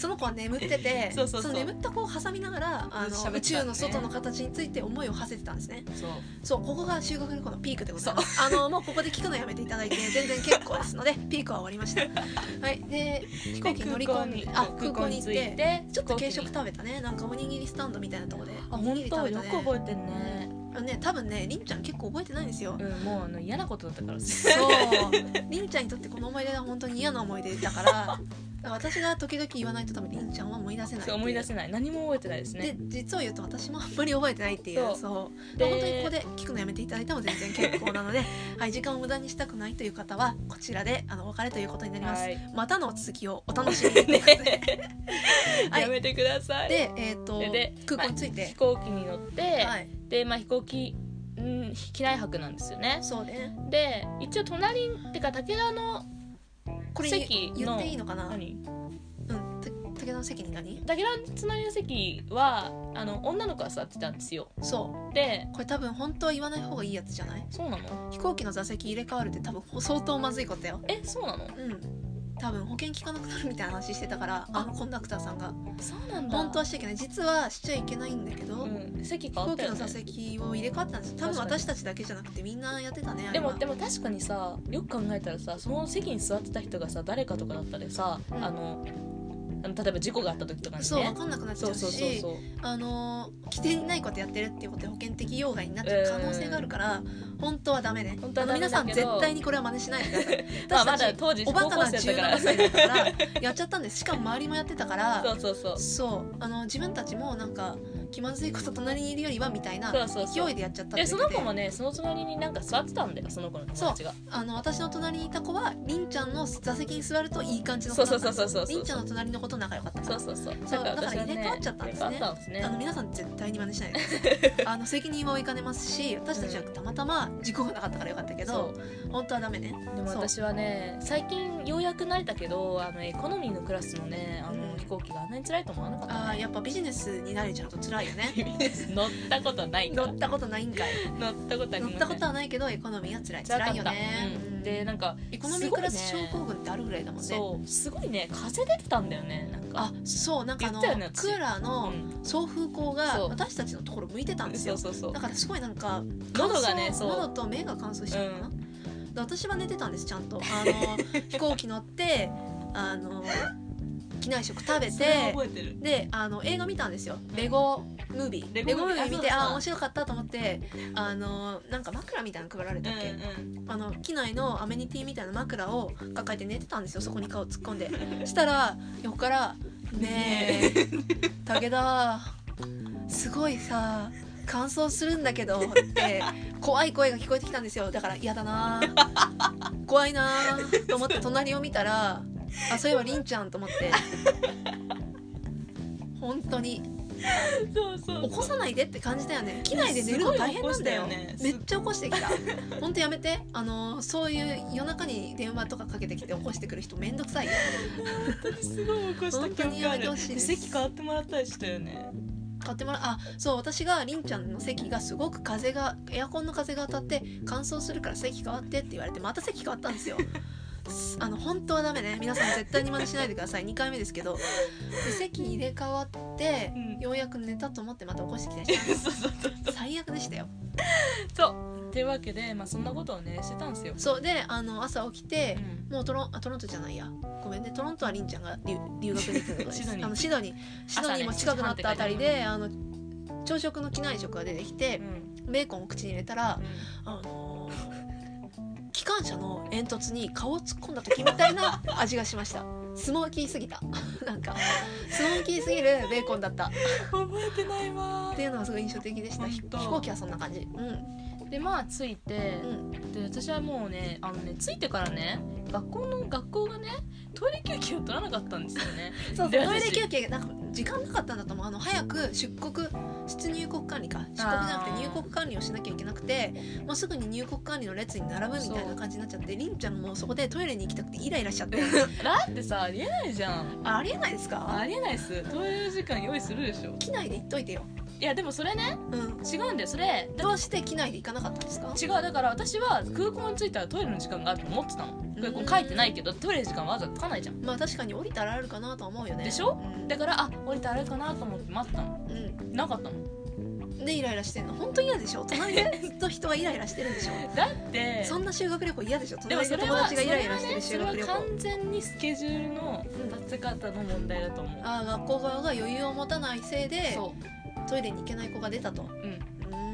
[SPEAKER 1] その子は眠ってて
[SPEAKER 2] そうそうそう
[SPEAKER 1] の眠った子を挟みながら
[SPEAKER 2] 喋っ
[SPEAKER 1] あ
[SPEAKER 2] てたん
[SPEAKER 1] の、
[SPEAKER 2] だね
[SPEAKER 1] 宇宙の外の形について思いを馳せてたんですね
[SPEAKER 2] そう
[SPEAKER 1] そうここが修学旅行のピークでございますあのもうここで聞くのやめていただいて全然結構です のでピークは終わりましたはいで飛行機に乗り込んであ空港に行って
[SPEAKER 2] て
[SPEAKER 1] ちょっと軽
[SPEAKER 2] 飛行
[SPEAKER 1] 食
[SPEAKER 2] 機に
[SPEAKER 1] 食べたねなんかおにぎりスタンドみたいなとこで
[SPEAKER 2] あ
[SPEAKER 1] お
[SPEAKER 2] 本
[SPEAKER 1] にぎり
[SPEAKER 2] 当
[SPEAKER 1] 食べた
[SPEAKER 2] よ
[SPEAKER 1] ね
[SPEAKER 2] く覚えてんね
[SPEAKER 1] あのね多分ねりんちゃん結構覚えてないんですよ
[SPEAKER 2] うんもうあの嫌なことだった から
[SPEAKER 1] そうりんちゃんにとってこの思い出は本当に嫌な思い出だから私が時々言わないと多分りんちゃんは思い出せない
[SPEAKER 2] そう思い出
[SPEAKER 1] す
[SPEAKER 2] せない何も覚えてないですね
[SPEAKER 1] で実を言うと私もあんまり覚えてないっていう
[SPEAKER 2] そう
[SPEAKER 1] そう
[SPEAKER 2] で
[SPEAKER 1] 本当にここで聞くのやめていただいても全然結構 なので、はい、時間を無駄にしたくないという方はこちらであのお別れということになります、
[SPEAKER 2] はい
[SPEAKER 1] またの続きをお楽しみにということではい
[SPEAKER 2] やめてください
[SPEAKER 1] で、えっと
[SPEAKER 2] でで
[SPEAKER 1] 空港につい
[SPEAKER 2] 飛
[SPEAKER 1] て、
[SPEAKER 2] 行機に乗って、
[SPEAKER 1] はい、
[SPEAKER 2] で、まあ、飛行機ん機内泊なんですよね
[SPEAKER 1] そうね
[SPEAKER 2] で一応隣ってか武田の
[SPEAKER 1] これ
[SPEAKER 2] 席の
[SPEAKER 1] 言言っていいのかなうん
[SPEAKER 2] 何
[SPEAKER 1] た武田の席に何
[SPEAKER 2] 武田の隣の席はあの女の子が座ってたんですよ
[SPEAKER 1] そう
[SPEAKER 2] で
[SPEAKER 1] これ多分本当は言わない方がいいやつじゃない
[SPEAKER 2] そうなの
[SPEAKER 1] 飛行機の座席入れ替わるって多分相当まずいことだよ
[SPEAKER 2] えそうなの
[SPEAKER 1] うん多分保険効かなくなるみたいな話してたからあのコンダクターさんが
[SPEAKER 2] そうなんだ
[SPEAKER 1] 本当はしちゃいけない実はしちゃいけないんだけど、
[SPEAKER 2] うん、席
[SPEAKER 1] 飛
[SPEAKER 2] 変わっ
[SPEAKER 1] 行
[SPEAKER 2] た
[SPEAKER 1] 機
[SPEAKER 2] よ、
[SPEAKER 1] の
[SPEAKER 2] ね
[SPEAKER 1] 座、席を入れ替わったんですよ多分
[SPEAKER 2] 確かに
[SPEAKER 1] 私たちだけじゃなくてみんなやってたねあれ
[SPEAKER 2] で
[SPEAKER 1] は
[SPEAKER 2] もでも確かにさよく考えたらさその席に座ってた人がさ誰かとかだったらさ、
[SPEAKER 1] うん
[SPEAKER 2] あのあの例えば事故があった時とかにね
[SPEAKER 1] そう分かんなくなっちゃ
[SPEAKER 2] そううそうそう
[SPEAKER 1] し
[SPEAKER 2] そう
[SPEAKER 1] あのー規定にないことやってるっていうことで保険適用外になっちゃう可能性があるから本当はダメね
[SPEAKER 2] 本当は
[SPEAKER 1] あ
[SPEAKER 2] ダ
[SPEAKER 1] の
[SPEAKER 2] メだ
[SPEAKER 1] 皆
[SPEAKER 2] けど
[SPEAKER 1] さん絶対にこれは真似しないでください
[SPEAKER 2] まあま
[SPEAKER 1] 私た
[SPEAKER 2] だ
[SPEAKER 1] ち
[SPEAKER 2] 当時
[SPEAKER 1] お
[SPEAKER 2] 高
[SPEAKER 1] バカな
[SPEAKER 2] 校生だから
[SPEAKER 1] 17歳だからやっちゃったんですしかも周りもやってたから
[SPEAKER 2] そうそうそう
[SPEAKER 1] そうあの自分たちもなんか気まずいこと隣にいるよりはみたいな
[SPEAKER 2] そうそうそう
[SPEAKER 1] 勢いでやっちゃったって
[SPEAKER 2] で
[SPEAKER 1] いう
[SPEAKER 2] そ
[SPEAKER 1] だ
[SPEAKER 2] の
[SPEAKER 1] け
[SPEAKER 2] 子もねその隣になんか座ってたんだよその子の友達が
[SPEAKER 1] あの私の隣にいた子はりんちゃんの座席に座るといい感じの子だったんです
[SPEAKER 2] そうそうそうそうそう
[SPEAKER 1] りんちゃんの隣の子と仲良かったか
[SPEAKER 2] そ
[SPEAKER 1] ら
[SPEAKER 2] うそうそう
[SPEAKER 1] そう
[SPEAKER 2] なん私が
[SPEAKER 1] だから入れ替わっちゃったんですね
[SPEAKER 2] 入れ替わったんです
[SPEAKER 1] あの
[SPEAKER 2] ね
[SPEAKER 1] 皆さん絶対に真似しないでくだ さいあの責任は負いかねますし私たちはたまたま事故がなかったからよかったけど
[SPEAKER 2] そ
[SPEAKER 1] 本当はダメね
[SPEAKER 2] うでも
[SPEAKER 1] そう
[SPEAKER 2] 私はね最近ようやく慣れたけどあのエコノミーのクラスのねあ
[SPEAKER 1] う
[SPEAKER 2] の
[SPEAKER 1] ん
[SPEAKER 2] 飛行機があんなに辛いと思わなかった
[SPEAKER 1] あー
[SPEAKER 2] ね
[SPEAKER 1] やっぱビジネスに慣れちゃうと辛いよね
[SPEAKER 2] 乗ったことないか
[SPEAKER 1] 乗
[SPEAKER 2] ら
[SPEAKER 1] ったことないんかい
[SPEAKER 2] 乗ったことありませ
[SPEAKER 1] 乗
[SPEAKER 2] ん
[SPEAKER 1] ったことはないけどエコノミーは辛い
[SPEAKER 2] 辛か
[SPEAKER 1] 辛
[SPEAKER 2] っ
[SPEAKER 1] いよ
[SPEAKER 2] た
[SPEAKER 1] ね
[SPEAKER 2] うん
[SPEAKER 1] で
[SPEAKER 2] でなんか
[SPEAKER 1] エコノミークラス
[SPEAKER 2] すごい
[SPEAKER 1] 症
[SPEAKER 2] ね
[SPEAKER 1] 候群ってあるぐらいだもんね
[SPEAKER 2] そうすごいね風出てたんだよねなんか
[SPEAKER 1] あそうなんかあの、
[SPEAKER 2] 言ったよね
[SPEAKER 1] クーラー
[SPEAKER 2] う
[SPEAKER 1] の
[SPEAKER 2] ん
[SPEAKER 1] 送風口が
[SPEAKER 2] そう
[SPEAKER 1] 私たちのところ向いてたんです
[SPEAKER 2] そ
[SPEAKER 1] よ
[SPEAKER 2] うそうそう
[SPEAKER 1] だからすごいなんか
[SPEAKER 2] 喉がね
[SPEAKER 1] 乾燥
[SPEAKER 2] そう
[SPEAKER 1] 喉と目が乾燥しちゃうのかな、で私は寝てたんですちゃんとあ の飛行機乗ってあの機内食食べ
[SPEAKER 2] それは
[SPEAKER 1] て
[SPEAKER 2] 覚えてる
[SPEAKER 1] であの映画見たんですよ
[SPEAKER 2] うん
[SPEAKER 1] レゴムービー
[SPEAKER 2] レ
[SPEAKER 1] レ
[SPEAKER 2] ゴ
[SPEAKER 1] ゴ
[SPEAKER 2] ム
[SPEAKER 1] ム
[SPEAKER 2] ービー
[SPEAKER 1] ービー見て
[SPEAKER 2] あそうだ
[SPEAKER 1] あ面白かったと思ってあのなんか枕みたいなの配られ
[SPEAKER 2] うん
[SPEAKER 1] たっけ、あの機内のアメニティみたいな枕を抱えて寝てたんですよそこに顔突っ込んでしたら横から「ねえ武田すごいさ乾燥するんだけど」って怖い声が聞こえてきたんですよだから嫌だな怖いなと思って隣を見たらあそういえばりんちゃんと思って本当に
[SPEAKER 2] うんそうそう
[SPEAKER 1] 起こさないでって感じだよね機内で寝るの大変なんだよ
[SPEAKER 2] すごい起こしたよね
[SPEAKER 1] めっちゃ起こしてきたほんとやめてあのそういう夜中に電話とかかけてきて起こしてくる人めんどくさいよ
[SPEAKER 2] すごい起こした
[SPEAKER 1] 本当に
[SPEAKER 2] 記憶
[SPEAKER 1] や
[SPEAKER 2] あ
[SPEAKER 1] めて
[SPEAKER 2] る
[SPEAKER 1] ほしい
[SPEAKER 2] で
[SPEAKER 1] です
[SPEAKER 2] 席変わってもらったりしたよね
[SPEAKER 1] 買ってもらうあそう私がりんちゃんの席がすごく風がエアコンの風が当たって乾燥するから席変わってって言われてまた席変わったんですよすあの本当はダメね皆さん絶対に真似しないでください2回目ですけどで席入れ替わって、
[SPEAKER 2] うん
[SPEAKER 1] ようやく寝たと思ってまた起こしてきたりしたんで
[SPEAKER 2] そうそうそう
[SPEAKER 1] す最悪でしたよ
[SPEAKER 2] そうっていうわけでまあそんなことをねしてたんですよ
[SPEAKER 1] そうであの朝起きて、
[SPEAKER 2] うん
[SPEAKER 1] もうトロンあトロントじゃないやごめんねトロントはりんちゃんが留留学に行くのです
[SPEAKER 2] シドニー
[SPEAKER 1] あのシドニーシドニーも近くなったあたりで、あの朝食の機内食が出てきて
[SPEAKER 2] うん
[SPEAKER 1] ベーコンを口に入れたら
[SPEAKER 2] うん
[SPEAKER 1] あのー 機関車の煙突に顔を突っ込んだ時みた いな味がしましたスモーキーすぎた なんかスモーキーすぎるベーコンだったっ
[SPEAKER 2] 覚えてないわ
[SPEAKER 1] ていうのがすごい印象的でしたひ
[SPEAKER 2] 本当
[SPEAKER 1] 飛行機はそんな感じうん
[SPEAKER 2] でまあ着いて
[SPEAKER 1] う、ん
[SPEAKER 2] で私はもうねあのね着いてからね学校の学校がねトイレ休憩を取らなかったんですよ ね
[SPEAKER 1] そうそうト
[SPEAKER 2] で私
[SPEAKER 1] イレ休憩なんか時間なかったんだと思うあの早く出国出入国管理か出国じゃなく
[SPEAKER 2] あー
[SPEAKER 1] て入国管理をしなきゃいけなくてもうすぐに入国管理の列に並ぶみたいな感じになっちゃってりんちゃんもそこでトイレに行きたくてイライラしちゃって
[SPEAKER 2] だってさありえないじゃん
[SPEAKER 1] あありえないです
[SPEAKER 2] あ
[SPEAKER 1] か
[SPEAKER 2] りえないっすトイレ時間用意するでしょ
[SPEAKER 1] 機内で行っといてよ
[SPEAKER 2] いいやでもそれね
[SPEAKER 1] うん
[SPEAKER 2] 違うんだよそれだ
[SPEAKER 1] どうして機内で行かなかったんですか
[SPEAKER 2] 違うだから私は空港に着いたらトイレの時間があると思ってたの空港書いてないけどトイレの時間わざわざ書かないじゃん
[SPEAKER 1] まあ確かに降りたらあるかなとは思うよね
[SPEAKER 2] でしょ
[SPEAKER 1] うん
[SPEAKER 2] だからあ降りたらあれかなと思って待ってたの
[SPEAKER 1] う
[SPEAKER 2] なかったの
[SPEAKER 1] ん、でイライラしてんの本当嫌でしょ隣でずっと人がイライラしてるん でしょ
[SPEAKER 2] だって
[SPEAKER 1] そんな修学旅行嫌でしょ
[SPEAKER 2] でも
[SPEAKER 1] 隣
[SPEAKER 2] そ
[SPEAKER 1] で
[SPEAKER 2] れ
[SPEAKER 1] 友
[SPEAKER 2] は
[SPEAKER 1] 達
[SPEAKER 2] そ
[SPEAKER 1] が
[SPEAKER 2] れ
[SPEAKER 1] イ
[SPEAKER 2] は
[SPEAKER 1] ライラして
[SPEAKER 2] ね
[SPEAKER 1] る
[SPEAKER 2] そ
[SPEAKER 1] 修
[SPEAKER 2] れは
[SPEAKER 1] 学旅行
[SPEAKER 2] 完全にスケジュールの立て方の問題だと思う
[SPEAKER 1] ああ学校側が余裕を持たないせいで
[SPEAKER 2] そ
[SPEAKER 1] トイレに行けない子が出たと
[SPEAKER 2] ううん
[SPEAKER 1] うん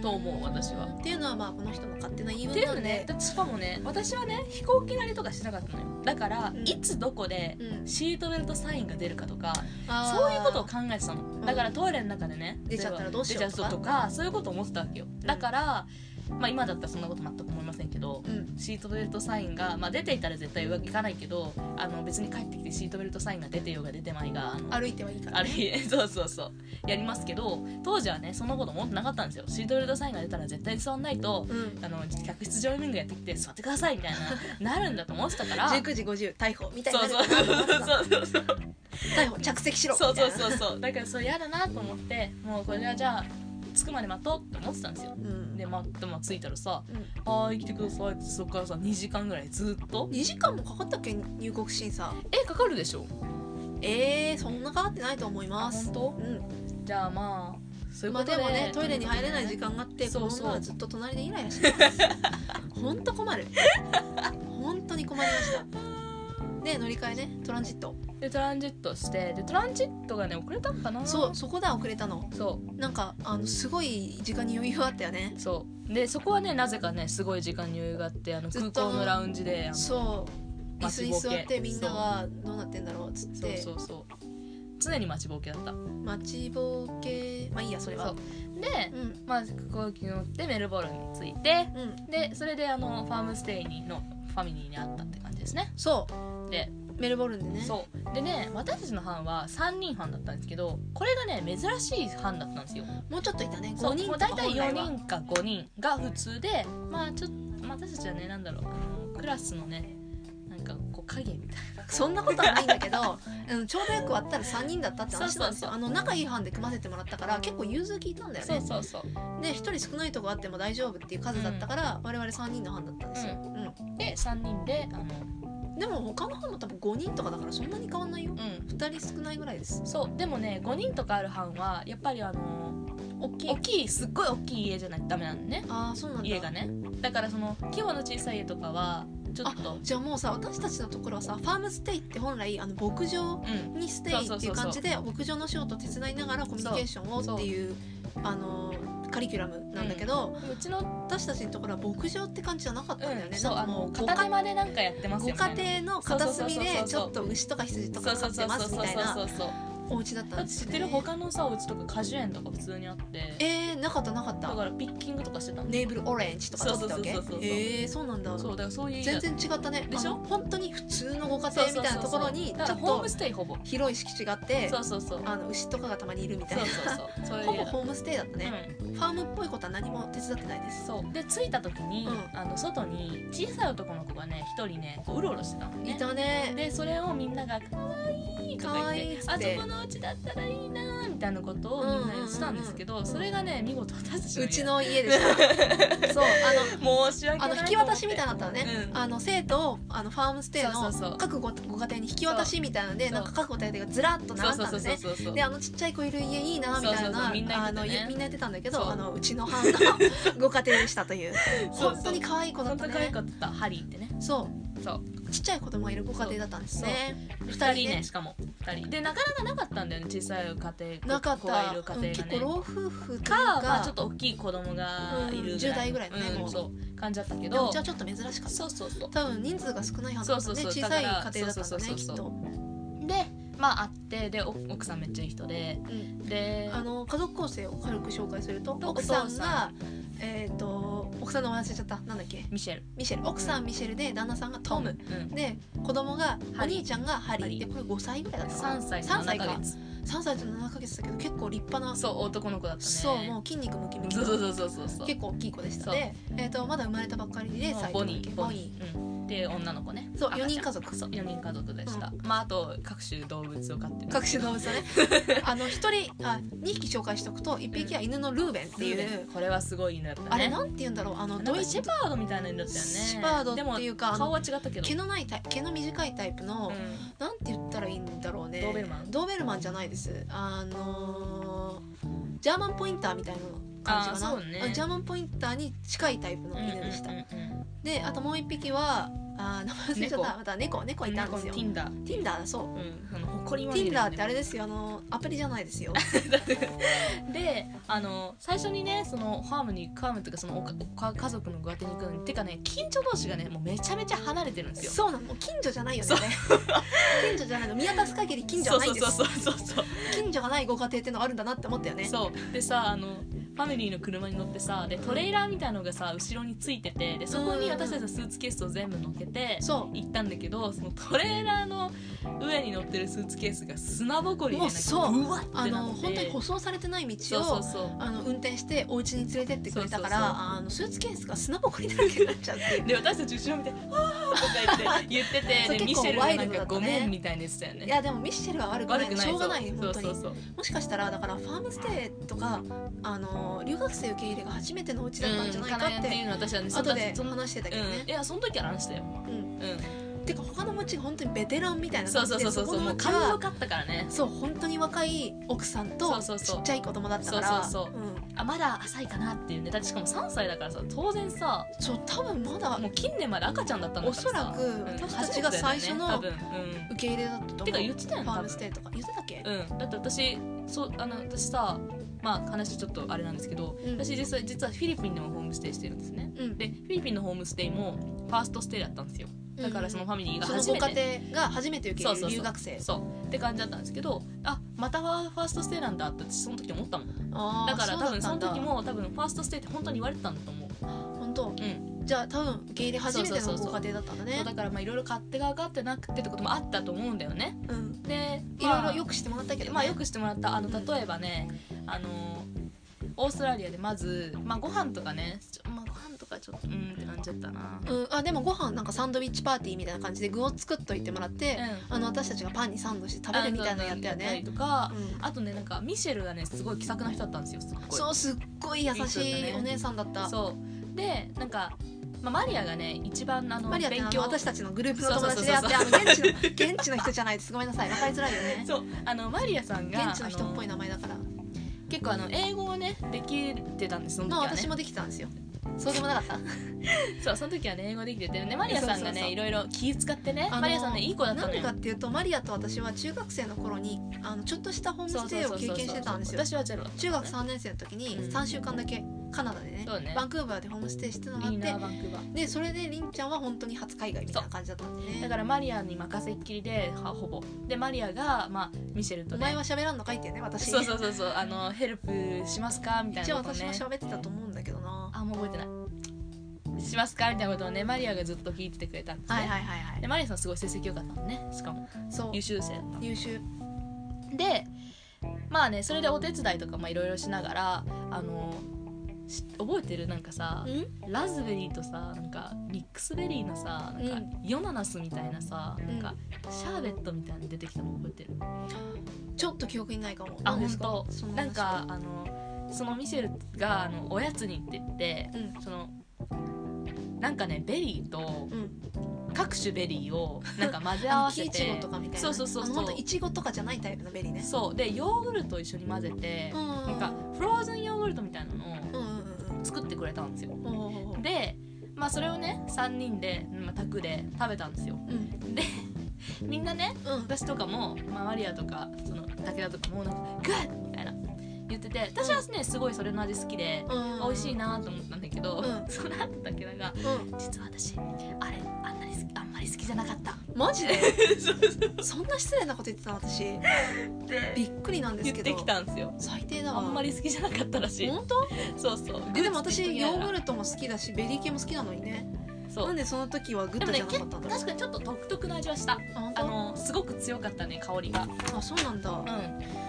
[SPEAKER 2] と思う私は
[SPEAKER 1] っていうのはまあこの人の勝手な言い
[SPEAKER 2] っ
[SPEAKER 1] 分
[SPEAKER 2] てい
[SPEAKER 1] な
[SPEAKER 2] うんの
[SPEAKER 1] で
[SPEAKER 2] ねだってしかもね私はね飛行機慣れとかしてなかったのよだから、
[SPEAKER 1] うん
[SPEAKER 2] いつどこで
[SPEAKER 1] うん、
[SPEAKER 2] シートベルトサインが出るかとか
[SPEAKER 1] あー
[SPEAKER 2] そういうことを考えてたのだからトイレの中でね
[SPEAKER 1] 出ちゃったらどうしよう
[SPEAKER 2] 出
[SPEAKER 1] とか
[SPEAKER 2] ちゃうとかそういうことを思ってたわけよだから、まあ、今だったらそんなこと全く思いませんけど
[SPEAKER 1] うん
[SPEAKER 2] シートベルトサインが、まあ、出ていたら絶対行かないけどあの別に帰ってきてシートベルトサインが出てようが出てまいがあの
[SPEAKER 1] 歩いてはいいから
[SPEAKER 2] あれそうそうそうやりますけど当時はねそんなこと思ってなかったんですよシートベルトサインが出たら絶対座んないと
[SPEAKER 1] うん
[SPEAKER 2] あの客室乗務員がやってきて座ってくださいみたいななるんだと思ってた から
[SPEAKER 1] 19時50逮捕みたい
[SPEAKER 2] そう
[SPEAKER 1] な
[SPEAKER 2] そうそうそうそう
[SPEAKER 1] 逮捕着席しろ
[SPEAKER 2] そうそう
[SPEAKER 1] みたい
[SPEAKER 2] そうそうだからそれ嫌だなと思ってもうこれはじゃあ着くまで待とうって思ってたんですよ
[SPEAKER 1] なうん
[SPEAKER 2] で待っても着いたらさ
[SPEAKER 1] うん
[SPEAKER 2] 「はーい来てください」ってそっからさ2時間ぐらいずっと
[SPEAKER 1] 2時間もかかったっけ入国審査
[SPEAKER 2] えかかるでしょ
[SPEAKER 1] えー、そんなかかってないと思います
[SPEAKER 2] 本当
[SPEAKER 1] うん
[SPEAKER 2] じゃあまあそういう
[SPEAKER 1] ま
[SPEAKER 2] ことで
[SPEAKER 1] あでもねトイレに入れない時間があって
[SPEAKER 2] そうそう
[SPEAKER 1] 子供はずっと隣でイライラして ます本当困る本当に困りましたで乗り換えねトランジット
[SPEAKER 2] でトランジットしてでトランジットがね遅れたのかな
[SPEAKER 1] そうそこだ遅れたの
[SPEAKER 2] そ
[SPEAKER 1] なんかあのすごい時間に余裕あったよね
[SPEAKER 2] うそうでそこはねなぜかねすごい時間に余裕があってあの
[SPEAKER 1] ず
[SPEAKER 2] 空
[SPEAKER 1] っと
[SPEAKER 2] 港のラウンジであの
[SPEAKER 1] そう椅
[SPEAKER 2] 待
[SPEAKER 1] 子
[SPEAKER 2] ち
[SPEAKER 1] に
[SPEAKER 2] ぼけ
[SPEAKER 1] 座ってみんながどうなってんだろうっつっ
[SPEAKER 2] そう
[SPEAKER 1] て
[SPEAKER 2] そうそう常に待ちぼうけだった
[SPEAKER 1] 待ちぼうけまあいいやそれ
[SPEAKER 2] そ
[SPEAKER 1] は
[SPEAKER 2] うで
[SPEAKER 1] うん
[SPEAKER 2] まあ飛行機に乗ってメルボルンに着いて
[SPEAKER 1] うん
[SPEAKER 2] でそれであのファームステイにのファミリーに会ったって感じですね
[SPEAKER 1] そう
[SPEAKER 2] で
[SPEAKER 1] メルボルンでね
[SPEAKER 2] そうでね私たちの班は3人班だったんですけどこれがね珍しい班だったんですよ
[SPEAKER 1] もうちょっといたね
[SPEAKER 2] そ
[SPEAKER 1] 5
[SPEAKER 2] う
[SPEAKER 1] 人
[SPEAKER 2] もう
[SPEAKER 1] と
[SPEAKER 2] 大
[SPEAKER 1] か
[SPEAKER 2] 体
[SPEAKER 1] 本
[SPEAKER 2] 4
[SPEAKER 1] 来は
[SPEAKER 2] 人か5人が普通でまあちょっと、まあ、私たちはねなんだろうあのクラスのねなんかこう影みたいな
[SPEAKER 1] そんなことはないんだけど うんちょうどよく割ったら3人だったって話なんです
[SPEAKER 2] そうそうそ
[SPEAKER 1] よ
[SPEAKER 2] う
[SPEAKER 1] あの仲いい班で組ませてもらったから結構融通聞いたんだよね
[SPEAKER 2] そうそう
[SPEAKER 1] で1人少ないとこあっても大丈夫っていう数だったから、我々3人の班だったんですよ、う
[SPEAKER 2] で3人であの
[SPEAKER 1] ん、でも他の班も多分5人とかだからそんなに変わんないよ
[SPEAKER 2] うん
[SPEAKER 1] 2人少ないぐらいです
[SPEAKER 2] そうでもね5人とかある班はやっぱりあの
[SPEAKER 1] 大きい
[SPEAKER 2] 大きいすっごい大きい家じゃないとダメなのね
[SPEAKER 1] ああそうなんだ
[SPEAKER 2] 家がねだからその規模の小さい家とかはちょっと
[SPEAKER 1] じゃあもうさ私たちのところはさファームステイって本来あの牧場
[SPEAKER 2] うん
[SPEAKER 1] にステイっていう感じで牧場の仕事手伝いながらコミュニケーションをっていうあのカリキュラムなんだけど、
[SPEAKER 2] うちの、
[SPEAKER 1] 私たちのところは牧場って感じじゃなかったんだよ
[SPEAKER 2] う
[SPEAKER 1] ね、
[SPEAKER 2] ん、
[SPEAKER 1] な
[SPEAKER 2] そ
[SPEAKER 1] ん
[SPEAKER 2] う
[SPEAKER 1] か
[SPEAKER 2] あ
[SPEAKER 1] も
[SPEAKER 2] の
[SPEAKER 1] う
[SPEAKER 2] 片
[SPEAKER 1] ご家
[SPEAKER 2] 手間でなんかやってます
[SPEAKER 1] ご
[SPEAKER 2] よみたいな
[SPEAKER 1] 家庭の片隅
[SPEAKER 2] そうそうそうそ
[SPEAKER 1] で
[SPEAKER 2] う
[SPEAKER 1] ちょっと牛とか羊と
[SPEAKER 2] そ
[SPEAKER 1] か
[SPEAKER 2] う
[SPEAKER 1] 飼
[SPEAKER 2] そう
[SPEAKER 1] って
[SPEAKER 2] そう
[SPEAKER 1] ます
[SPEAKER 2] そうそう
[SPEAKER 1] みたいな
[SPEAKER 2] そうそう
[SPEAKER 1] お家だった
[SPEAKER 2] だ
[SPEAKER 1] ん
[SPEAKER 2] って
[SPEAKER 1] です
[SPEAKER 2] 知っ
[SPEAKER 1] よ、
[SPEAKER 2] て
[SPEAKER 1] ね、
[SPEAKER 2] る他のさお家とか果樹園とか普通にあって
[SPEAKER 1] えー、なかったなかっ
[SPEAKER 2] だ
[SPEAKER 1] た
[SPEAKER 2] からピッキングとかしてたの
[SPEAKER 1] ネーブルオレンジとかだったわけえ
[SPEAKER 2] そうそうそうそうそう
[SPEAKER 1] えー、そうなんだ
[SPEAKER 2] そうだからそういう家
[SPEAKER 1] 全然違ったね
[SPEAKER 2] でしょ
[SPEAKER 1] あの本当に普通のご家庭みたいなとこ
[SPEAKER 2] そうそうそうそ
[SPEAKER 1] ろに
[SPEAKER 2] う
[SPEAKER 1] ちょ
[SPEAKER 2] だ
[SPEAKER 1] っ
[SPEAKER 2] からホー
[SPEAKER 1] と
[SPEAKER 2] ムステイほぼ
[SPEAKER 1] 広い敷地があって
[SPEAKER 2] そうそうそう
[SPEAKER 1] あの牛とかがたまにいるみたい
[SPEAKER 2] そう
[SPEAKER 1] な
[SPEAKER 2] そうそうそういう
[SPEAKER 1] ほぼ
[SPEAKER 2] 家だ
[SPEAKER 1] ホームステイだったね、ファームっぽいことは何も手伝ってないで
[SPEAKER 2] うん
[SPEAKER 1] す
[SPEAKER 2] そうで着いた時に、
[SPEAKER 1] うん
[SPEAKER 2] あの外に小さい男の子がね一人ねこううろうろしてたの
[SPEAKER 1] い
[SPEAKER 2] ね
[SPEAKER 1] たね
[SPEAKER 2] でそれをみんなが「かわいい」とか言って「
[SPEAKER 1] 可愛いっつって
[SPEAKER 2] あそこのうちだったらいいな」みたいなことをみんな言ってたんですけど、それがね見事私たちの家
[SPEAKER 1] うちの家でし たそうあ
[SPEAKER 2] 申し訳な
[SPEAKER 1] のあ
[SPEAKER 2] い
[SPEAKER 1] の引き渡しみたい
[SPEAKER 2] な
[SPEAKER 1] なのあったのね、
[SPEAKER 2] うん
[SPEAKER 1] あの生徒をあのファームステイの
[SPEAKER 2] そうそうそう
[SPEAKER 1] 各ごご家庭に引き渡しみたいなので
[SPEAKER 2] そう
[SPEAKER 1] なんか各ご家庭がずらっと並ん
[SPEAKER 2] そう
[SPEAKER 1] だん
[SPEAKER 2] そ
[SPEAKER 1] で
[SPEAKER 2] う
[SPEAKER 1] す
[SPEAKER 2] そう
[SPEAKER 1] ね
[SPEAKER 2] そうそう
[SPEAKER 1] であのちっちゃい子いる家いいなみたいな
[SPEAKER 2] そうそうそうみんな言って
[SPEAKER 1] あ
[SPEAKER 2] た
[SPEAKER 1] の
[SPEAKER 2] ね
[SPEAKER 1] ゆみんな言ってたんだけ
[SPEAKER 2] そう
[SPEAKER 1] どあのうちの班のご家庭でしたという
[SPEAKER 2] そう
[SPEAKER 1] 本当に可愛い子だ
[SPEAKER 2] 本
[SPEAKER 1] った
[SPEAKER 2] 当可愛
[SPEAKER 1] ね
[SPEAKER 2] かったハリーってね
[SPEAKER 1] そ
[SPEAKER 2] そう
[SPEAKER 1] うちっちゃい子供がいるご家庭だったんですね
[SPEAKER 2] 2
[SPEAKER 1] 人ね
[SPEAKER 2] 人ねしかも2人でなかなかなかったんだよね小さい家庭
[SPEAKER 1] なかっ
[SPEAKER 2] 子が
[SPEAKER 1] た、
[SPEAKER 2] いる家
[SPEAKER 1] うん
[SPEAKER 2] 庭
[SPEAKER 1] 結
[SPEAKER 2] が
[SPEAKER 1] 構
[SPEAKER 2] ね
[SPEAKER 1] 老夫婦と
[SPEAKER 2] か
[SPEAKER 1] か、
[SPEAKER 2] まあちょっと大きい子供がいる
[SPEAKER 1] うん10代ぐらいのね
[SPEAKER 2] うん
[SPEAKER 1] もう
[SPEAKER 2] そう感じだったけ
[SPEAKER 1] でも
[SPEAKER 2] ど
[SPEAKER 1] うちはちょっと珍しかった
[SPEAKER 2] そうそうそう
[SPEAKER 1] 多分人数が少ないはずだったね
[SPEAKER 2] そうそうそう
[SPEAKER 1] 小さい
[SPEAKER 2] だから
[SPEAKER 1] 家庭だったん
[SPEAKER 2] そ
[SPEAKER 1] だ
[SPEAKER 2] うそうそ
[SPEAKER 1] ね
[SPEAKER 2] う
[SPEAKER 1] きっ
[SPEAKER 2] そう
[SPEAKER 1] と、
[SPEAKER 2] でまあ会ってでお奥さんめっちゃいい人で
[SPEAKER 1] うん
[SPEAKER 2] で
[SPEAKER 1] あの家族構成を軽く紹介すると
[SPEAKER 2] と
[SPEAKER 1] 奥さ
[SPEAKER 2] お
[SPEAKER 1] ん
[SPEAKER 2] 父さ
[SPEAKER 1] がえっ、と奥さんのお話しちゃったなんだっけ
[SPEAKER 2] ミシェル
[SPEAKER 1] ミシェル奥さんミシェルで旦那さんがトム、
[SPEAKER 2] うん
[SPEAKER 1] で子供がお
[SPEAKER 2] ハリー
[SPEAKER 1] 兄ちゃんがハリー
[SPEAKER 2] ハリー
[SPEAKER 1] でこれ5歳ぐらいだったかな
[SPEAKER 2] 3歳
[SPEAKER 1] 3歳
[SPEAKER 2] 7
[SPEAKER 1] か
[SPEAKER 2] ヶ月
[SPEAKER 1] 3歳と7ヶ月だけど結構立派な
[SPEAKER 2] そう男の子だったね
[SPEAKER 1] そうもう筋肉ムキムキ
[SPEAKER 2] そう
[SPEAKER 1] の
[SPEAKER 2] そうそうそうそうそう
[SPEAKER 1] 結構大きい子でした
[SPEAKER 2] そう
[SPEAKER 1] で、えー、とまだ生まれたばっかりで
[SPEAKER 2] そう
[SPEAKER 1] 最
[SPEAKER 2] ボ
[SPEAKER 1] 後
[SPEAKER 2] ニー
[SPEAKER 1] ボニ
[SPEAKER 2] ー、うん、っていう女の子ね
[SPEAKER 1] そう
[SPEAKER 2] 赤ちゃん
[SPEAKER 1] 四人家族
[SPEAKER 2] そう4人家族でした、まああと各種動物を飼って
[SPEAKER 1] ー
[SPEAKER 2] る
[SPEAKER 1] 各種動物 だねあの一人あ2匹紹介しておくと1匹は犬のルーベンっていう、
[SPEAKER 2] これはすごい犬だったね
[SPEAKER 1] あれなんて言うんだろうあの
[SPEAKER 2] なん
[SPEAKER 1] ド
[SPEAKER 2] か
[SPEAKER 1] イ
[SPEAKER 2] シ
[SPEAKER 1] ツ
[SPEAKER 2] ェパードみたいな犬だったよね
[SPEAKER 1] シェパードっていうか
[SPEAKER 2] でも
[SPEAKER 1] あ
[SPEAKER 2] 顔
[SPEAKER 1] の
[SPEAKER 2] は違ったけど
[SPEAKER 1] 毛のないタイ毛の短いタイプの、
[SPEAKER 2] うん
[SPEAKER 1] なんて言ったらいいんだろうね
[SPEAKER 2] ドーベルマン
[SPEAKER 1] ドーベルマンじゃないですあのージャーマンポインターみたいな感じか
[SPEAKER 2] あー
[SPEAKER 1] な、
[SPEAKER 2] そうね
[SPEAKER 1] あのジャーマンポインターに近いタイプの犬でした、
[SPEAKER 2] うんうん
[SPEAKER 1] であともう一匹はあー名前忘れちゃっ
[SPEAKER 2] 猫
[SPEAKER 1] たまた猫猫いたんですよ
[SPEAKER 2] ティンダー
[SPEAKER 1] Tinder そう
[SPEAKER 2] うんあの誇りまみれ
[SPEAKER 1] Tinder ってあ
[SPEAKER 2] れ
[SPEAKER 1] れですよあのアプリじゃないですよ
[SPEAKER 2] であの最初にねそのファームにファームとかそのおかおか家族のご家庭に行くのにてかね近所同士がねもうめちゃめちゃ離れてるんですよ
[SPEAKER 1] そうなのもう近所じゃないよね近所じゃないの見渡す限り近所はないんです
[SPEAKER 2] そうそうそうそうそう
[SPEAKER 1] 近所がないご家庭ってのあるんだなって思ったよね
[SPEAKER 2] そうでさあのファミリーの車に乗ってさでトレーラーみたいのがさ後ろについててでそこに私たちのスーツケースを全部乗っけて
[SPEAKER 1] そ
[SPEAKER 2] 行ったんだけどそのトレーラーの上に乗ってるスーツケースが砂ぼこりで
[SPEAKER 1] も
[SPEAKER 2] なん
[SPEAKER 1] う
[SPEAKER 2] か
[SPEAKER 1] そう
[SPEAKER 2] うわってなっ
[SPEAKER 1] あ
[SPEAKER 2] て
[SPEAKER 1] の本当に舗装されてない道
[SPEAKER 2] そう
[SPEAKER 1] を
[SPEAKER 2] そうそう
[SPEAKER 1] あの運転してお家に連れてってくれたから
[SPEAKER 2] そうそう
[SPEAKER 1] あのスーツケースが砂ぼこりだらけになっちゃって
[SPEAKER 2] で私たち後ろ見て「ああ」とか言って言って
[SPEAKER 1] そう
[SPEAKER 2] てでミ
[SPEAKER 1] 結構
[SPEAKER 2] シェルが
[SPEAKER 1] ワ
[SPEAKER 2] な
[SPEAKER 1] イ
[SPEAKER 2] ん
[SPEAKER 1] ル
[SPEAKER 2] か「
[SPEAKER 1] ドだっ
[SPEAKER 2] ご
[SPEAKER 1] たね
[SPEAKER 2] めん」みたいなやつだよ
[SPEAKER 1] い
[SPEAKER 2] ね
[SPEAKER 1] やでもミッシェルは悪くない
[SPEAKER 2] 悪くない
[SPEAKER 1] しょうがない
[SPEAKER 2] そ
[SPEAKER 1] 本
[SPEAKER 2] うそ
[SPEAKER 1] 当
[SPEAKER 2] う
[SPEAKER 1] に
[SPEAKER 2] そう
[SPEAKER 1] もしかしたらだからファームステイとかあの留学生受け入れが初めてのお家だったんじゃないか
[SPEAKER 2] うん
[SPEAKER 1] っ
[SPEAKER 2] なってい
[SPEAKER 1] て
[SPEAKER 2] うの私はね
[SPEAKER 1] 後で
[SPEAKER 2] そんな
[SPEAKER 1] 話してたけど
[SPEAKER 2] うん
[SPEAKER 1] ね
[SPEAKER 2] い、やその時は話したよ
[SPEAKER 1] うん
[SPEAKER 2] うん
[SPEAKER 1] てか他の町が本当にベテランみたいな
[SPEAKER 2] そ
[SPEAKER 1] 感
[SPEAKER 2] う
[SPEAKER 1] じ
[SPEAKER 2] そ
[SPEAKER 1] で
[SPEAKER 2] うそうそう
[SPEAKER 1] こ
[SPEAKER 2] そう
[SPEAKER 1] の
[SPEAKER 2] もう
[SPEAKER 1] 町
[SPEAKER 2] 感動
[SPEAKER 1] は
[SPEAKER 2] 買ったからね
[SPEAKER 1] そう本当に若い奥さんと
[SPEAKER 2] そうそう
[SPEAKER 1] ち
[SPEAKER 2] そう
[SPEAKER 1] っちゃい子供だったから
[SPEAKER 2] そうそう
[SPEAKER 1] うん
[SPEAKER 2] あまだ浅いかなっていうねだってしかも3歳だからさ当然さ
[SPEAKER 1] そう多分まだ
[SPEAKER 2] もう近年まで赤ちゃんだったんだからさ
[SPEAKER 1] おそらく私たちが最初の
[SPEAKER 2] 多分うん
[SPEAKER 1] 受け入れだったと思う
[SPEAKER 2] てか言ってたよね
[SPEAKER 1] フ
[SPEAKER 2] 多
[SPEAKER 1] ァーム
[SPEAKER 2] 分
[SPEAKER 1] ステイとか言ってたっけ、
[SPEAKER 2] うん、だって私そうあの私さまあ話ちょっとあれなんですけど、
[SPEAKER 1] うん
[SPEAKER 2] 私実際実はフィリピンでもホームステイしてるんですね
[SPEAKER 1] うん
[SPEAKER 2] でフィリピンのホームステイもファーストステイだったんですよだからそのファミリーが
[SPEAKER 1] その
[SPEAKER 2] 初
[SPEAKER 1] ご
[SPEAKER 2] めて、
[SPEAKER 1] 家庭が初めて受け入れる留学生
[SPEAKER 2] そうって感じだったんですけどあまたファファーストステイなんだって私その時思ったもんだ
[SPEAKER 1] あー
[SPEAKER 2] から多
[SPEAKER 1] うだっ
[SPEAKER 2] 分
[SPEAKER 1] た
[SPEAKER 2] そ
[SPEAKER 1] ん
[SPEAKER 2] の
[SPEAKER 1] だ
[SPEAKER 2] 時も多分ファーストステイって本当に言われてたんだと思う、
[SPEAKER 1] 本当
[SPEAKER 2] うん、
[SPEAKER 1] じゃあ多分受け入れ初めて
[SPEAKER 2] そ
[SPEAKER 1] の
[SPEAKER 2] うそうそう
[SPEAKER 1] ご
[SPEAKER 2] そう
[SPEAKER 1] 家庭だったんだ
[SPEAKER 2] そう
[SPEAKER 1] ね
[SPEAKER 2] だからまあいろいろ勝手が分かってなくてってこともあったと思うんだよね
[SPEAKER 1] うん
[SPEAKER 2] で、
[SPEAKER 1] いろいろ
[SPEAKER 2] く
[SPEAKER 1] よくしてもらったけど、ね、
[SPEAKER 2] まあ、よくしてもらったあの
[SPEAKER 1] うん
[SPEAKER 2] 例えばね、あのオーストラリアでまず、まあ、ご飯とかねちょまあ、ご飯とかちょっとうんって感じだったな、
[SPEAKER 1] うん、あでもご飯なんかサンドイッチパーティーみたいな感じで具を作っといてもらって、あの私たちがパンにサンドして食べるみたいなのやったよ
[SPEAKER 2] あのやったり
[SPEAKER 1] ね。
[SPEAKER 2] とか、
[SPEAKER 1] うん
[SPEAKER 2] あとねなんかミシェルがねすごい気さくな人だったんですよすっごい
[SPEAKER 1] そうすっごい優しいお姉さんだった。
[SPEAKER 2] そうでなんか、まあ、マリアがね一番あの
[SPEAKER 1] マリアってあ
[SPEAKER 2] 勉
[SPEAKER 1] の
[SPEAKER 2] 強
[SPEAKER 1] 私たちのグループの友達であって
[SPEAKER 2] そ
[SPEAKER 1] あ
[SPEAKER 2] う
[SPEAKER 1] の
[SPEAKER 2] そうそうそう
[SPEAKER 1] 現地の現地の人じゃないですごめんなさい分かりづらいよね
[SPEAKER 2] そうあのマリアさんが
[SPEAKER 1] 現地の人っぽい
[SPEAKER 2] あ
[SPEAKER 1] 名前だから
[SPEAKER 2] の結構あの英語をねできてたんですその時
[SPEAKER 1] まあ
[SPEAKER 2] はね、
[SPEAKER 1] 私もできたんですよそうでもな かった
[SPEAKER 2] そうその時はね英語できててねマリアさんが
[SPEAKER 1] そうそうそ
[SPEAKER 2] ね
[SPEAKER 1] う
[SPEAKER 2] いろいろ気使ってね
[SPEAKER 1] あの
[SPEAKER 2] マリアさんねいい子だったの
[SPEAKER 1] なんで
[SPEAKER 2] よ
[SPEAKER 1] かっていうとマリアと私は中学生の頃にあのちょっとしたホームステイを経験してたんですよ
[SPEAKER 2] 私はゼロだった
[SPEAKER 1] 中学3年生の時に
[SPEAKER 2] うん
[SPEAKER 1] 3週間だけカナダでね
[SPEAKER 2] そうね
[SPEAKER 1] バンクーバーでホームステイしてたのがあ
[SPEAKER 2] いい
[SPEAKER 1] っ
[SPEAKER 2] な
[SPEAKER 1] て
[SPEAKER 2] バンクーバー
[SPEAKER 1] でそれでりんちゃんは本当に初海外みたいな感じだったんでね
[SPEAKER 2] だからマリアに任せっきりではほぼでマリアが、まあ、ミシェルと
[SPEAKER 1] お
[SPEAKER 2] ね
[SPEAKER 1] 前は喋らんのかいっていうね私
[SPEAKER 2] そうそうそうそうあのヘルプしますかみたい
[SPEAKER 1] 一応
[SPEAKER 2] なことを
[SPEAKER 1] 私も
[SPEAKER 2] ね
[SPEAKER 1] 喋ってたと思うんだけどな
[SPEAKER 2] あんま覚えてないしますかみたいなことをねマリアがずっと聞いててくれたんですね、
[SPEAKER 1] はいはいはいは
[SPEAKER 2] でマリアさんすごい成績良かったのねしかも
[SPEAKER 1] いそう
[SPEAKER 2] 優秀生だったの
[SPEAKER 1] 優秀
[SPEAKER 2] でまあねそれでお手伝いとかまあいろいろしながらあのし覚えてるなんかさラズベリーとさなんかミックスベリーのさなんか、
[SPEAKER 1] うん
[SPEAKER 2] ヨナナスみたいなさなんか、シャーベットみたいなの出てきたの覚えてる
[SPEAKER 1] ちょっと記憶にないかも
[SPEAKER 2] あ
[SPEAKER 1] どうですか
[SPEAKER 2] 本
[SPEAKER 1] その話
[SPEAKER 2] なんかあのそのミシェルがあのおやつにって言って
[SPEAKER 1] うん
[SPEAKER 2] そのなんかねベリーと
[SPEAKER 1] うん
[SPEAKER 2] 各種ベリーをなんか混ぜ合
[SPEAKER 1] あの
[SPEAKER 2] わ
[SPEAKER 1] 木
[SPEAKER 2] せ
[SPEAKER 1] いちご
[SPEAKER 2] て
[SPEAKER 1] とかみたい
[SPEAKER 2] そ
[SPEAKER 1] な
[SPEAKER 2] うそうそう
[SPEAKER 1] あ
[SPEAKER 2] そう
[SPEAKER 1] のほんといちごとかじゃないタイプのベリーね
[SPEAKER 2] そうでヨーグルト一緒に混ぜて、
[SPEAKER 1] うん
[SPEAKER 2] なんかフローズンヨーグルトみたいなのを
[SPEAKER 1] うんうん
[SPEAKER 2] 作ってくれたんですよ
[SPEAKER 1] うんうんほうほうほう
[SPEAKER 2] でまあそれをね3人で、まあ、宅で食べたんですよ
[SPEAKER 1] うん
[SPEAKER 2] でみんなね
[SPEAKER 1] うん
[SPEAKER 2] 私とかも、まあ、マリアとかその武田とかもなんか「グッ!」みたいな言ってて私はねすごいそれの味好きで、
[SPEAKER 1] うん
[SPEAKER 2] 美味しいなと思ったんだけど、
[SPEAKER 1] うん
[SPEAKER 2] その後武田が
[SPEAKER 1] うん
[SPEAKER 2] 「実は私あれあんなに好きあんまり好きじゃなかった
[SPEAKER 1] マ ジでそんな失礼なこと言ってたの私」
[SPEAKER 2] って
[SPEAKER 1] びっくりなんです
[SPEAKER 2] 言
[SPEAKER 1] け
[SPEAKER 2] っ
[SPEAKER 1] ど
[SPEAKER 2] てきたんですよ
[SPEAKER 1] 最低だわ
[SPEAKER 2] あんまり好きじゃなかったらしい
[SPEAKER 1] 本当
[SPEAKER 2] そうそう
[SPEAKER 1] えでも私ヨーグ
[SPEAKER 2] ル
[SPEAKER 1] ルトも好きだしベリー系も好きなのにね
[SPEAKER 2] そう
[SPEAKER 1] なんでその時はグッ
[SPEAKER 2] で
[SPEAKER 1] ド
[SPEAKER 2] も
[SPEAKER 1] じ
[SPEAKER 2] ね
[SPEAKER 1] ゃな
[SPEAKER 2] け
[SPEAKER 1] かったんだろう
[SPEAKER 2] 確かにちょっと独特な味はした
[SPEAKER 1] あ本
[SPEAKER 2] あ
[SPEAKER 1] 当
[SPEAKER 2] のすごく強かったね香りが
[SPEAKER 1] あそうなんだ
[SPEAKER 2] う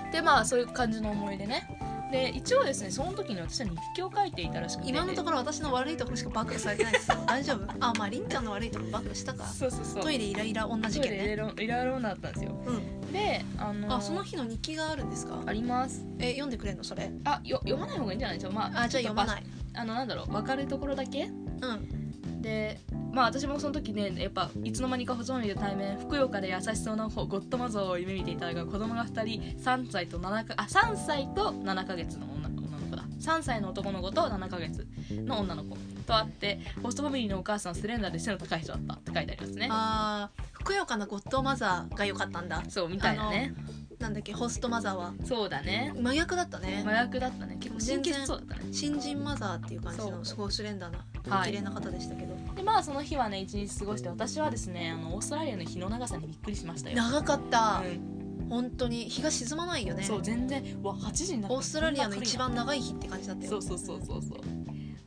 [SPEAKER 2] んでまあそういう感じの思い出ねで一応ですねその時に私は日記を書いていたらしくて
[SPEAKER 1] 今のところ私の悪いところしか暴露されてないですよ大丈夫あまありんちゃんの悪いところ暴露したか
[SPEAKER 2] そうそうそう
[SPEAKER 1] トイレイライラ女事件
[SPEAKER 2] トイレ
[SPEAKER 1] ね
[SPEAKER 2] いろいろいろいろなったんですよ
[SPEAKER 1] うん
[SPEAKER 2] であの
[SPEAKER 1] あその日の日記があるんですか
[SPEAKER 2] あります
[SPEAKER 1] え読んでくれんのそれ
[SPEAKER 2] あよ読まない方がいいんじゃないでしょうまあ
[SPEAKER 1] あじゃあ読まない
[SPEAKER 2] あのなんだろう分かるところだけ
[SPEAKER 1] うん
[SPEAKER 2] でまあ私もその時ねやっぱいつの間にか保存日で対面ふくよかで優しそうな方ゴッドマザーを夢見ていたが子供が2人3歳と7かあ3歳と7ヶ月の女女の子だ3歳の男の子と7ヶ月の女の子と会ってホストファミリーのお母さんはスレンダーで背の高い人だったって書いてありますね
[SPEAKER 1] あーふくよかなゴッドマザーが良かったんだ
[SPEAKER 2] そうみたいなね
[SPEAKER 1] なんだっけホストマザーは
[SPEAKER 2] そうだね
[SPEAKER 1] 真逆だったね
[SPEAKER 2] 麻薬だったね結構神経質そうだったね
[SPEAKER 1] 新人マザーっていう感じ
[SPEAKER 2] そ
[SPEAKER 1] の
[SPEAKER 2] う
[SPEAKER 1] すごいスレンダーな
[SPEAKER 2] はい
[SPEAKER 1] 綺麗な方でしたけど、
[SPEAKER 2] でまあその日はね一日過ごして私はですねあのオーストラリアの日の長さにびっくりしましたよ、
[SPEAKER 1] 長かった
[SPEAKER 2] う、ん
[SPEAKER 1] 本当に日が沈まないよね
[SPEAKER 2] そう全然うわ8時になった
[SPEAKER 1] オーストラリアの一番長い日って感じだったよ
[SPEAKER 2] そうそうそうそうそう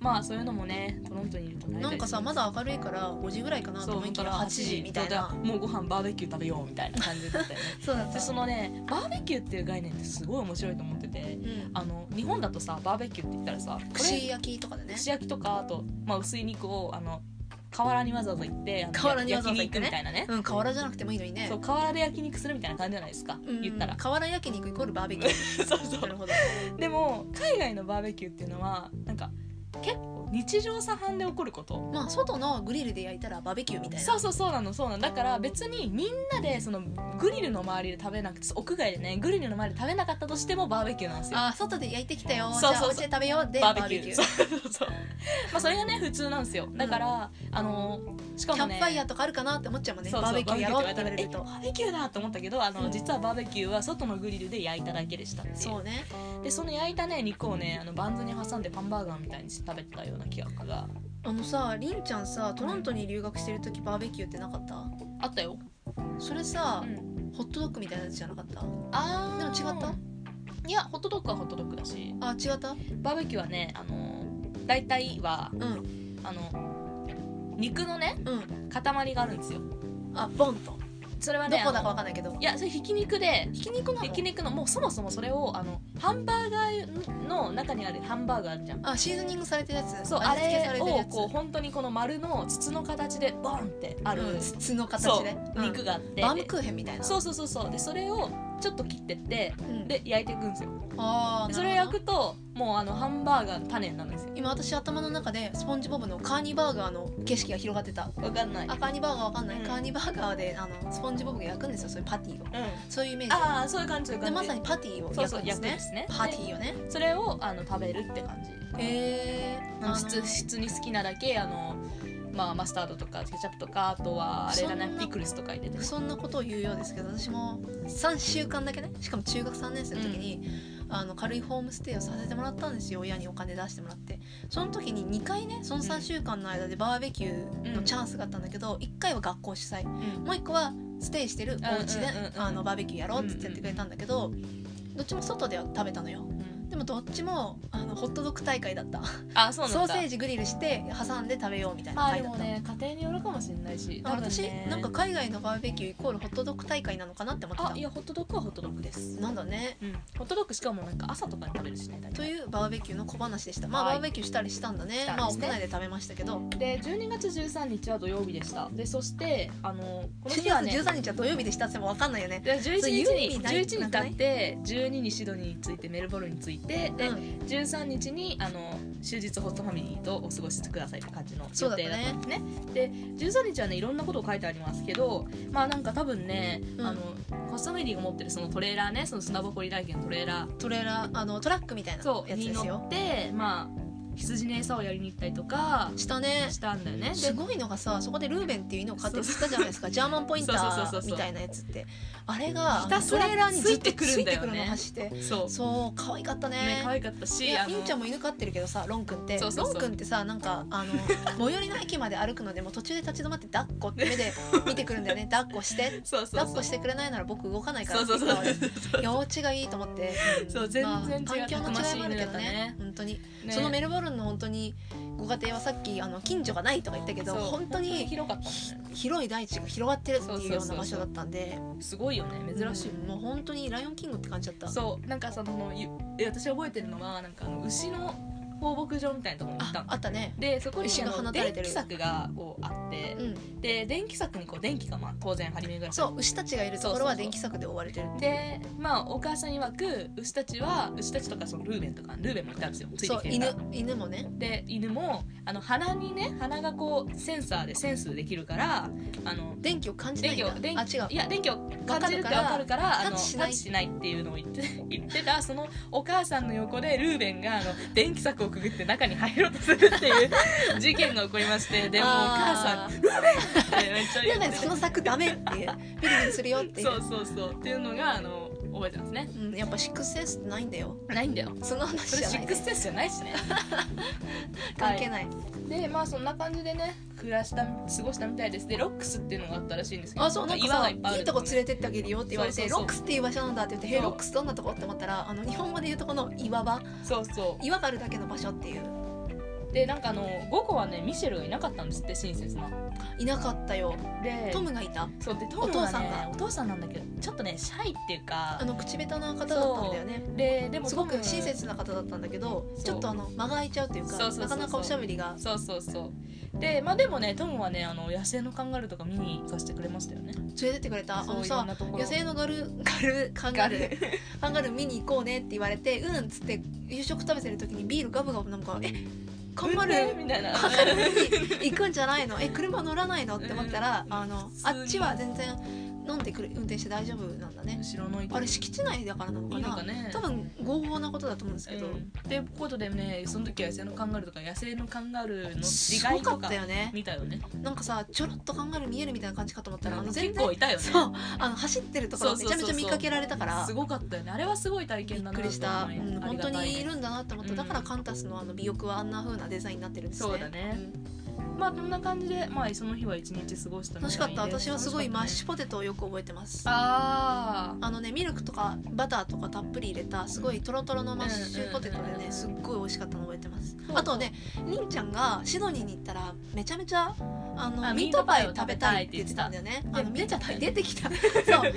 [SPEAKER 2] まあそういうのもねトロントにいると慣れたりす
[SPEAKER 1] な
[SPEAKER 2] る
[SPEAKER 1] んかさまだ明るいから5時ぐらいかなと
[SPEAKER 2] そう
[SPEAKER 1] 思い
[SPEAKER 2] 本
[SPEAKER 1] き
[SPEAKER 2] 当
[SPEAKER 1] や
[SPEAKER 2] は
[SPEAKER 1] 8時みたいな
[SPEAKER 2] もうご飯バーベキュー食べようみたいな感 じだったよね
[SPEAKER 1] そうだっ
[SPEAKER 2] でそのねバーベキューっていう概念ってすごい面白いと思ってて
[SPEAKER 1] うん
[SPEAKER 2] あの日本だとさバーベキューって言ったらさこ
[SPEAKER 1] 串焼きとかでね
[SPEAKER 2] 串焼きとかあと、まあ、薄い肉をあの河原にわざわざ行ってあの
[SPEAKER 1] 河原にわざわざ行って
[SPEAKER 2] 焼肉
[SPEAKER 1] ね
[SPEAKER 2] みたいなね、
[SPEAKER 1] うん河原じゃなくてもいいのにね
[SPEAKER 2] そう河原で焼肉するみたいな感じじゃないですか、
[SPEAKER 1] うん
[SPEAKER 2] 言ったら
[SPEAKER 1] 河原焼肉イコールバーベキュ ー
[SPEAKER 2] そうそう
[SPEAKER 1] なるほど
[SPEAKER 2] でも海外のバーベキューっていうのはなんか結構日常茶飯で起こること
[SPEAKER 1] まあ外のグリルで焼いたらバーベキューみたいな
[SPEAKER 2] そうそうそうなのそうなのだから別にみんなでそのグリルの周りで食べなくて屋外でねグリルの周りで食べなかったとしてもバーベキューなんですよ
[SPEAKER 1] あ外で焼いてきたよ
[SPEAKER 2] そうそうそう
[SPEAKER 1] じゃあお家で食べようで
[SPEAKER 2] バーベキューそ
[SPEAKER 1] バ
[SPEAKER 2] うそうそうまあそれがね普通なんですよだから、あのしか
[SPEAKER 1] キャ
[SPEAKER 2] も
[SPEAKER 1] ンプ
[SPEAKER 2] ね
[SPEAKER 1] ファイヤーとかあるかなって思っちゃうもんね
[SPEAKER 2] そうそう
[SPEAKER 1] バーベキューやろうって言われ
[SPEAKER 2] バーベキュー
[SPEAKER 1] ると
[SPEAKER 2] バーベキューだと思ったけどあの、
[SPEAKER 1] うん
[SPEAKER 2] 実はバーベキューは外のグリルで焼いただけでしたっていう
[SPEAKER 1] そうね
[SPEAKER 2] でその焼いたね肉をねあのバンズに挟んでハンバーガーみたいにして食べてたような記憶が
[SPEAKER 1] あのさりんちゃんさトロントに留学してる時バーベキューってなかった
[SPEAKER 2] あったよ、
[SPEAKER 1] それさ
[SPEAKER 2] う、ん、
[SPEAKER 1] ホットドッグみたいなやつじゃなかった
[SPEAKER 2] あ
[SPEAKER 1] でも違った
[SPEAKER 2] いやホットドッグはホットドッグだし
[SPEAKER 1] あ違った
[SPEAKER 2] バーベキューはねあの大体は
[SPEAKER 1] うん
[SPEAKER 2] あの肉のね
[SPEAKER 1] うん
[SPEAKER 2] 塊があるんですよ
[SPEAKER 1] あボンと
[SPEAKER 2] それは
[SPEAKER 1] ど
[SPEAKER 2] ね
[SPEAKER 1] こだか
[SPEAKER 2] あ
[SPEAKER 1] わ
[SPEAKER 2] の
[SPEAKER 1] かんないけど
[SPEAKER 2] いやそれひき肉で
[SPEAKER 1] ひき肉な
[SPEAKER 2] ひ
[SPEAKER 1] の
[SPEAKER 2] き肉のもうそもそもそれをあのハンバーガーの中にあるハンバーガーあるじゃん
[SPEAKER 1] あシーズニングされてるやつ
[SPEAKER 2] そうあ
[SPEAKER 1] 味付けさ
[SPEAKER 2] れ
[SPEAKER 1] れてる
[SPEAKER 2] を
[SPEAKER 1] や
[SPEAKER 2] こう
[SPEAKER 1] つ
[SPEAKER 2] 本当にこの丸の筒の形でボンってある、
[SPEAKER 1] うん筒の
[SPEAKER 2] そ
[SPEAKER 1] 形
[SPEAKER 2] う
[SPEAKER 1] で
[SPEAKER 2] 肉
[SPEAKER 1] が
[SPEAKER 2] があって
[SPEAKER 1] バームクーヘンみたいな
[SPEAKER 2] そううそうそうそうでそれをちょっと切ってって
[SPEAKER 1] ん
[SPEAKER 2] で焼いていくんですよ
[SPEAKER 1] あ
[SPEAKER 2] で
[SPEAKER 1] あ
[SPEAKER 2] それを焼くともうあのハンバーガーの種になるんですよ
[SPEAKER 1] 今私頭の中でスポンジボブのカーニバーガーの景色が広がってた
[SPEAKER 2] わかんない
[SPEAKER 1] あカーニバーガーわかんない、
[SPEAKER 2] うん
[SPEAKER 1] カーニバーガーであのスポンジボブが焼くんですよそういうパティを
[SPEAKER 2] うん
[SPEAKER 1] そういうイメージ
[SPEAKER 2] ああそういう感じそういう
[SPEAKER 1] で
[SPEAKER 2] 感
[SPEAKER 1] ま
[SPEAKER 2] じ
[SPEAKER 1] さにパティを
[SPEAKER 2] そう
[SPEAKER 1] 焼
[SPEAKER 2] そ
[SPEAKER 1] く
[SPEAKER 2] うん
[SPEAKER 1] です
[SPEAKER 2] 焼くん
[SPEAKER 1] ね
[SPEAKER 2] ですね
[SPEAKER 1] パティよね
[SPEAKER 2] でそれをあの食べるって感じ
[SPEAKER 1] へえ
[SPEAKER 2] あの普通普通に好きなだけあのまあマスタードとかケチャップとかあとはあれだ
[SPEAKER 1] そ
[SPEAKER 2] ね
[SPEAKER 1] んな
[SPEAKER 2] ピクルスとか入れてね
[SPEAKER 1] そんなことを言うようですけど私も3週間だけねしかも中学3年生の時に、あの軽いホームステイをさせてもらったんですよ親にお金出してもらってその時に2回ねその3週間の間でバーベキューのチャンスがあったんだけど、1回は学校主催もう1個はステイしてるお家で、
[SPEAKER 2] うんうんうんうん
[SPEAKER 1] あのバーベキューやろうっつって言ってくれたんだけど、どっちも外では食べたのよ
[SPEAKER 2] うん
[SPEAKER 1] でもどっちもあのホットドッグ大会だった
[SPEAKER 2] あそう
[SPEAKER 1] ソ
[SPEAKER 2] なん
[SPEAKER 1] ーセ
[SPEAKER 2] だ
[SPEAKER 1] ージグリルして挟んで食べようみたいな
[SPEAKER 2] あーで
[SPEAKER 1] 会だっ
[SPEAKER 2] も
[SPEAKER 1] た
[SPEAKER 2] ね家庭によるかもしれないし
[SPEAKER 1] あ
[SPEAKER 2] 多分ね
[SPEAKER 1] 私、なんか海外のバーベキューイコールホットドッグ大会なのかなって思ってた
[SPEAKER 2] あいやホットドッグはホットドッグです
[SPEAKER 1] なんだね
[SPEAKER 2] うんホットドッグしかもなんか朝とかに食べるしね大体
[SPEAKER 1] というバーベキューの小話でしたまあ、
[SPEAKER 2] はい
[SPEAKER 1] バーベキューしたりしたんだね
[SPEAKER 2] したんですね
[SPEAKER 1] まあ屋内で食べましたけど
[SPEAKER 2] で12月13日は土曜日でしたでそしてあのこの
[SPEAKER 1] 12
[SPEAKER 2] 日はね
[SPEAKER 1] 月13日は土曜日でしたっても分かんないよね
[SPEAKER 2] で11
[SPEAKER 1] それ
[SPEAKER 2] 日
[SPEAKER 1] 言う意
[SPEAKER 2] に
[SPEAKER 1] 味ない
[SPEAKER 2] 11日に経って12にシドニーについてメルボルンについてで、
[SPEAKER 1] うん
[SPEAKER 2] 13日にあの終日ホストファミリーとお過ごしくださいって感じの
[SPEAKER 1] そう
[SPEAKER 2] 予
[SPEAKER 1] だった
[SPEAKER 2] 定だっ
[SPEAKER 1] ね
[SPEAKER 2] たんですねで13日はねいろんなことを書いてありますけどまあなんか多分ね、
[SPEAKER 1] うん
[SPEAKER 2] あのホストファミリーが持ってるそのトレーラーねその砂ぼこり体験のトレーラー
[SPEAKER 1] トレーラーあのトラックみたいな
[SPEAKER 2] そう
[SPEAKER 1] やつ
[SPEAKER 2] に
[SPEAKER 1] です
[SPEAKER 2] 乗
[SPEAKER 1] よ
[SPEAKER 2] ってまあ羊の餌をやりに行ったりとか
[SPEAKER 1] したね
[SPEAKER 2] したんだよねです
[SPEAKER 1] ごいのがさそこでルーベンっていう犬を飼ってたじゃないですかジャーマンポインタ
[SPEAKER 2] そうそうそう
[SPEAKER 1] ー
[SPEAKER 2] そう
[SPEAKER 1] みたいなやつってあれが
[SPEAKER 2] ひたすら
[SPEAKER 1] トレーラーにずっと
[SPEAKER 2] ついてくるんだよね
[SPEAKER 1] ついてくの走って
[SPEAKER 2] そう
[SPEAKER 1] そう可愛かった
[SPEAKER 2] ね
[SPEAKER 1] ね
[SPEAKER 2] 可愛かった
[SPEAKER 1] い
[SPEAKER 2] し
[SPEAKER 1] や
[SPEAKER 2] あ
[SPEAKER 1] り
[SPEAKER 2] の
[SPEAKER 1] んちゃんも犬飼ってるけどさロンくんって
[SPEAKER 2] そうそうそう
[SPEAKER 1] ロンくんってさなんかあの 最寄りの駅まで歩くのでもう途中で立ち止まって抱っこって目で見てくるんだよね抱っこして
[SPEAKER 2] そうそう
[SPEAKER 1] 抱っ
[SPEAKER 2] そう
[SPEAKER 1] こしてくれないなら僕動かないから
[SPEAKER 2] そうそうそう
[SPEAKER 1] って 言ったわよいやお家がいいと思って、
[SPEAKER 2] そう全然違う
[SPEAKER 1] 環境の違いもあるけど
[SPEAKER 2] たくましい犬だった
[SPEAKER 1] ね
[SPEAKER 2] ね
[SPEAKER 1] 本当に、
[SPEAKER 2] ね
[SPEAKER 1] そのメルボルンの本当にご家庭はさっきあの近所がないとか言ったけど
[SPEAKER 2] そう
[SPEAKER 1] 本当
[SPEAKER 2] 本当に
[SPEAKER 1] に
[SPEAKER 2] 広かったもんね
[SPEAKER 1] 広い大地が広がってるっていうよう
[SPEAKER 2] そ
[SPEAKER 1] な
[SPEAKER 2] うそうそうそう
[SPEAKER 1] 場所だったんです
[SPEAKER 2] ごいよね珍しいよね
[SPEAKER 1] うんもう本当にライオンキングって感じだった
[SPEAKER 2] そうなんかそのゆえ私覚えてるのはなんかあの牛の放牧場みたいなところに行った
[SPEAKER 1] あ
[SPEAKER 2] の
[SPEAKER 1] あったね
[SPEAKER 2] でそこに
[SPEAKER 1] 牛
[SPEAKER 2] あ
[SPEAKER 1] が
[SPEAKER 2] の
[SPEAKER 1] 放た
[SPEAKER 2] 電
[SPEAKER 1] れてる
[SPEAKER 2] 気柵がこうあって、
[SPEAKER 1] うん
[SPEAKER 2] で電気柵にこう電気がまあ当然張り巡らされて
[SPEAKER 1] そう牛たちがいるところは電気柵で覆われてるって
[SPEAKER 2] で
[SPEAKER 1] いう
[SPEAKER 2] まあお母さん曰く牛たちは牛たちとかそのルーベンとかルーベンもいたんですよついて
[SPEAKER 1] そ
[SPEAKER 2] き
[SPEAKER 1] う
[SPEAKER 2] てるか
[SPEAKER 1] 犬
[SPEAKER 2] ら
[SPEAKER 1] 犬もね
[SPEAKER 2] で犬もあの鼻にね鼻がこうセンサーでセンスできるからあの
[SPEAKER 1] 電気を感じな
[SPEAKER 2] 電
[SPEAKER 1] いん
[SPEAKER 2] 気を
[SPEAKER 1] だ
[SPEAKER 2] 電
[SPEAKER 1] あ
[SPEAKER 2] 気
[SPEAKER 1] 違う
[SPEAKER 2] いや電気を感じるってわ
[SPEAKER 1] わ
[SPEAKER 2] か
[SPEAKER 1] か
[SPEAKER 2] る
[SPEAKER 1] る
[SPEAKER 2] からあの
[SPEAKER 1] タ
[SPEAKER 2] タ
[SPEAKER 1] ッチしない
[SPEAKER 2] ッチしないっていうのを言って言ってたそのお母さんの横でルーベンがあの電気柵をくぐって中に入ろうとするっていう 事件が起こりましてでもうお母さん
[SPEAKER 1] ん
[SPEAKER 2] ってめっちゃ言
[SPEAKER 1] や
[SPEAKER 2] っ
[SPEAKER 1] ば
[SPEAKER 2] て
[SPEAKER 1] いその柵ダメってビリ ビリするよっていう
[SPEAKER 2] そうそうそうっていうのがあの覚えてますね
[SPEAKER 1] うん、やっぱシックスセンスってないんだよ
[SPEAKER 2] ないんだよ
[SPEAKER 1] その
[SPEAKER 2] そ
[SPEAKER 1] 話
[SPEAKER 2] れ
[SPEAKER 1] じゃ
[SPEAKER 2] シ
[SPEAKER 1] な
[SPEAKER 2] ッ
[SPEAKER 1] い
[SPEAKER 2] クスセンスじゃないしね
[SPEAKER 1] 関係ない、
[SPEAKER 2] でまあそんな感じでね暮らした過ごしたみたいですでロックスっていうのがあったらしいんですけど
[SPEAKER 1] あそうなんか
[SPEAKER 2] 岩が
[SPEAKER 1] さ
[SPEAKER 2] い
[SPEAKER 1] い
[SPEAKER 2] っぱいある
[SPEAKER 1] いとこ連れてってあげるよって言われて
[SPEAKER 2] そうそうそう
[SPEAKER 1] ロックスっていう場所なんだって言って「へえ
[SPEAKER 2] そう
[SPEAKER 1] ロックスどんなとこ?」って思ったらあの日本語で言うとこの岩場
[SPEAKER 2] そうそう
[SPEAKER 1] 岩があるだけの場所っていう
[SPEAKER 2] でなんかあの午後はねミシェルがいなかったんですって親切ない
[SPEAKER 1] なかったよ
[SPEAKER 2] で
[SPEAKER 1] トムがいた
[SPEAKER 2] そうでトム
[SPEAKER 1] お父さん
[SPEAKER 2] はね
[SPEAKER 1] が
[SPEAKER 2] お父さんなんだけどちょっとねシャイっていう
[SPEAKER 1] あ
[SPEAKER 2] か
[SPEAKER 1] の口下手な方だったんだよね
[SPEAKER 2] ででも
[SPEAKER 1] す
[SPEAKER 2] ト
[SPEAKER 1] ご
[SPEAKER 2] ム
[SPEAKER 1] く親切な方だったんだけど
[SPEAKER 2] そう
[SPEAKER 1] ちょっとあの間が空いちゃうという
[SPEAKER 2] そう
[SPEAKER 1] か
[SPEAKER 2] そうそうそう
[SPEAKER 1] なかなかおしゃべりが
[SPEAKER 2] そうそうそうでまあでもねトムはねあの野生のカンガルーとか見に行かせてくれましたよね
[SPEAKER 1] 連れてってくれたあ
[SPEAKER 2] そう
[SPEAKER 1] の
[SPEAKER 2] いろ
[SPEAKER 1] さ
[SPEAKER 2] んなところ
[SPEAKER 1] 野生のガルガルカンガルー
[SPEAKER 2] ー
[SPEAKER 1] カンガルー見に行こうねって言われてうんっつって夕食食べてる時にビールガブガブなんかえカンガルー
[SPEAKER 2] みたい な
[SPEAKER 1] カンガルーに行くんじゃないのえ車乗らないのって思ったらあの
[SPEAKER 2] 普通
[SPEAKER 1] あ
[SPEAKER 2] に
[SPEAKER 1] っちは全然飲んでくる運転して大丈夫なんだね
[SPEAKER 2] 知らないけど
[SPEAKER 1] あれ敷地内だからなのか
[SPEAKER 2] いい
[SPEAKER 1] な
[SPEAKER 2] のかね
[SPEAKER 1] 多分合法なことだと思うんですけど、
[SPEAKER 2] うんってことでねその時は野生のカンガルーとか野生のカンガルーの死
[SPEAKER 1] すご
[SPEAKER 2] 骸
[SPEAKER 1] か
[SPEAKER 2] と
[SPEAKER 1] った
[SPEAKER 2] か
[SPEAKER 1] よね
[SPEAKER 2] 見たよね
[SPEAKER 1] なんかさちょろっとカンガルー見えるみたいな感じかと思ったらあの全
[SPEAKER 2] 結
[SPEAKER 1] 然
[SPEAKER 2] 構いたよね
[SPEAKER 1] そうあの走ってるとこ
[SPEAKER 2] そ
[SPEAKER 1] ろ
[SPEAKER 2] う
[SPEAKER 1] め
[SPEAKER 2] そう
[SPEAKER 1] ち
[SPEAKER 2] そ
[SPEAKER 1] ゃ
[SPEAKER 2] うそ
[SPEAKER 1] め
[SPEAKER 2] う
[SPEAKER 1] ちゃ見かけられたから
[SPEAKER 2] すごかったよねあれはすごい体
[SPEAKER 1] びっ
[SPEAKER 2] 験だな
[SPEAKER 1] くりし
[SPEAKER 2] と
[SPEAKER 1] た、う
[SPEAKER 2] 思いあ
[SPEAKER 1] ん、
[SPEAKER 2] り
[SPEAKER 1] 本
[SPEAKER 2] がた
[SPEAKER 1] 当にい
[SPEAKER 2] です
[SPEAKER 1] るんだなって思った、
[SPEAKER 2] うん
[SPEAKER 1] だからカンタスのあの尾翼はあんな風なデザインになってるんですね
[SPEAKER 2] そうだね
[SPEAKER 1] ん
[SPEAKER 2] まあこんな感じで、まあ、その日は一日過ごしたみ
[SPEAKER 1] 楽
[SPEAKER 2] いで
[SPEAKER 1] しかった私はすごいマッシュ
[SPEAKER 2] ュ
[SPEAKER 1] ポテトをよく覚えてますあ
[SPEAKER 2] あ
[SPEAKER 1] のねミルクとかバターとかたっぷり入れたすごいトロトロのマッシュポテト
[SPEAKER 2] うんう
[SPEAKER 1] で
[SPEAKER 2] んうんう
[SPEAKER 1] ね
[SPEAKER 2] ん
[SPEAKER 1] すっごい美味しかったの覚えてます
[SPEAKER 2] そう
[SPEAKER 1] あとねりんちゃんがシドニーに行ったらめちゃめちゃあの
[SPEAKER 2] あ
[SPEAKER 1] ミートパイを食べたいって言ってたんだよねあのミ
[SPEAKER 2] ミー
[SPEAKER 1] ー
[SPEAKER 2] ト
[SPEAKER 1] ト
[SPEAKER 2] パ
[SPEAKER 1] パ
[SPEAKER 2] イ
[SPEAKER 1] イ
[SPEAKER 2] 出
[SPEAKER 1] 出てき たそうで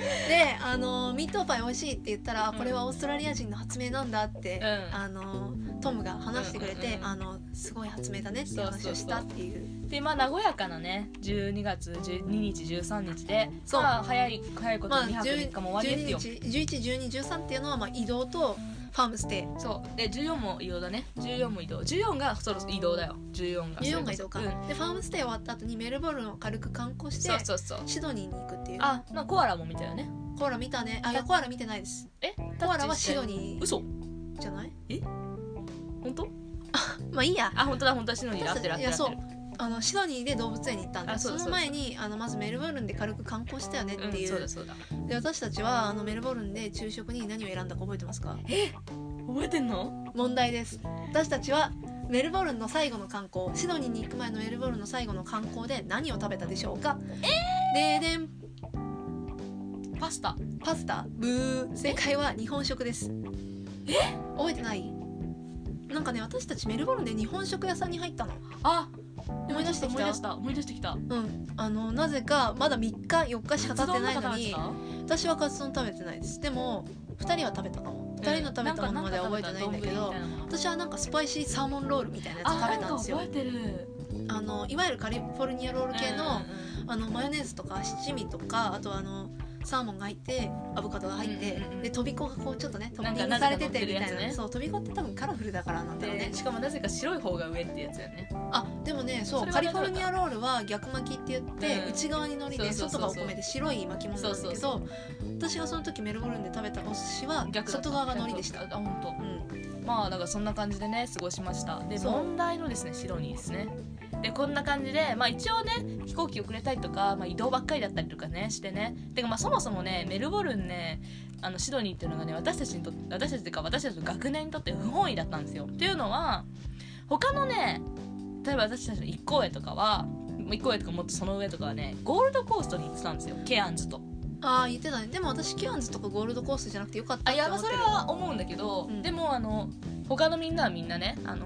[SPEAKER 1] あのミートパイ美味しいって言ったら
[SPEAKER 2] うん
[SPEAKER 1] これはオーストラリア人の発明なんだって
[SPEAKER 2] うん
[SPEAKER 1] あのトムが話してくれ
[SPEAKER 2] うんうんう
[SPEAKER 1] て
[SPEAKER 2] ん
[SPEAKER 1] あのすごい発明だねっていう話をしたっていう
[SPEAKER 2] でまあ和やかなね12月12日13日で
[SPEAKER 1] そう
[SPEAKER 2] まあ早い早いこと
[SPEAKER 1] まあ
[SPEAKER 2] 2泊3日も終わりですよ、
[SPEAKER 1] 111213っていうのはまあ移動とファームステイ
[SPEAKER 2] そうで14も移動だね14も移動14がそろそろ移動だよ14が
[SPEAKER 1] 14が移動か
[SPEAKER 2] うん
[SPEAKER 1] でファームステイ終わった後にメルボルンを軽く観光して
[SPEAKER 2] そうそうそう
[SPEAKER 1] シドニーに行くっていう
[SPEAKER 2] あまあコアラも見たよね
[SPEAKER 1] コアラ見たねあいやコアラ見てないです
[SPEAKER 2] え
[SPEAKER 1] コアラはシドニー
[SPEAKER 2] 嘘
[SPEAKER 1] じゃない
[SPEAKER 2] 本当
[SPEAKER 1] まあいいや
[SPEAKER 2] あ本当だ本当だシドニーだ合ってる合っ
[SPEAKER 1] い
[SPEAKER 2] てる
[SPEAKER 1] や
[SPEAKER 2] 合
[SPEAKER 1] そ
[SPEAKER 2] っ
[SPEAKER 1] う
[SPEAKER 2] てる
[SPEAKER 1] あのシドニーで動物園に行ったん
[SPEAKER 2] あ
[SPEAKER 1] で
[SPEAKER 2] そう
[SPEAKER 1] そ
[SPEAKER 2] だ
[SPEAKER 1] の前にあのまずメルボルンで軽く観光したよねって
[SPEAKER 2] うん
[SPEAKER 1] い
[SPEAKER 2] そう
[SPEAKER 1] う
[SPEAKER 2] だそうだ
[SPEAKER 1] で私たちはあのメルボルンで昼食に何を選んだか覚えてますか
[SPEAKER 2] 覚えてんの
[SPEAKER 1] 問題です私たちはメルボルンの最後の観光シドニーに行く前のメルボルンの最後の観光で何を食べたでしょうかえー、ででん
[SPEAKER 2] パスタ
[SPEAKER 1] パスタブー正解は日本食ですえ覚えてないなんかね私たちメルボルンで日本食屋さんに入ったの
[SPEAKER 2] あ
[SPEAKER 1] 思い出してき
[SPEAKER 2] 思い
[SPEAKER 1] た
[SPEAKER 2] 出した思い出してきた
[SPEAKER 1] うんあのなぜかまだ3日4日しか経ってないのに
[SPEAKER 2] カツ丼
[SPEAKER 1] 私はカツ丼食べてないですでも2人は食べたかも2人の食べたものまでは覚えてないんだけど、私はなんかスパイシーサーモンロールみたいなやつ
[SPEAKER 2] あ
[SPEAKER 1] 食
[SPEAKER 2] な
[SPEAKER 1] べ
[SPEAKER 2] ん
[SPEAKER 1] たん
[SPEAKER 2] か
[SPEAKER 1] です
[SPEAKER 2] 覚
[SPEAKER 1] よ
[SPEAKER 2] えてる
[SPEAKER 1] あのいわゆるカリフォルニアロール系の,、あのマヨネーズとか七味とかあとあのサーモンが入ってアボカドが入って、
[SPEAKER 2] うんうんうん
[SPEAKER 1] でとびこがこうちょっとねト
[SPEAKER 2] なん
[SPEAKER 1] ッピ
[SPEAKER 2] か
[SPEAKER 1] ングされててみたい
[SPEAKER 2] なぜか乗ってる
[SPEAKER 1] な
[SPEAKER 2] やつね
[SPEAKER 1] そうとびこって多分カラフルだからなんだろうね
[SPEAKER 2] でしかもなぜか白い方が上ってやつやね
[SPEAKER 1] あでもねそう
[SPEAKER 2] それはね
[SPEAKER 1] カリフォルニアロールは逆巻きって言って、
[SPEAKER 2] うん
[SPEAKER 1] 内側に海苔で
[SPEAKER 2] そうそうそうそう
[SPEAKER 1] 外がお米で白い巻き物なんだけど
[SPEAKER 2] そうそ
[SPEAKER 1] 私がその時メルボルンで食べたお寿司は
[SPEAKER 2] 逆だった
[SPEAKER 1] 外側が海苔でした
[SPEAKER 2] あ。本当
[SPEAKER 1] うん、
[SPEAKER 2] まあだからそんな感じでね過ごしましたで
[SPEAKER 1] そう
[SPEAKER 2] 問題のですねシドニーですねでこんな感じで、まあ、一応ね飛行機遅れたりとか、まあ、移動ばっかりだったりとかねしてねてかまあそもそもねメルボルンねあのシドニーっていうのがね私たちにとって私たちっていうか私たちの学年にとって不本意だったんですよっていうのは他のね例えば私たちの一行へとかは一行へとかもっとその上とかはねゴールドコーストに行ってたんですよケアンズと
[SPEAKER 1] ああ言ってたねでも私キュアンズとかゴールドコースじゃなくてよかった
[SPEAKER 2] あ
[SPEAKER 1] っ
[SPEAKER 2] い
[SPEAKER 1] て
[SPEAKER 2] やまあ
[SPEAKER 1] 思って
[SPEAKER 2] そ
[SPEAKER 1] る
[SPEAKER 2] れは思うんだけど、
[SPEAKER 1] うん
[SPEAKER 2] でもあの他のみんなはみんなねあの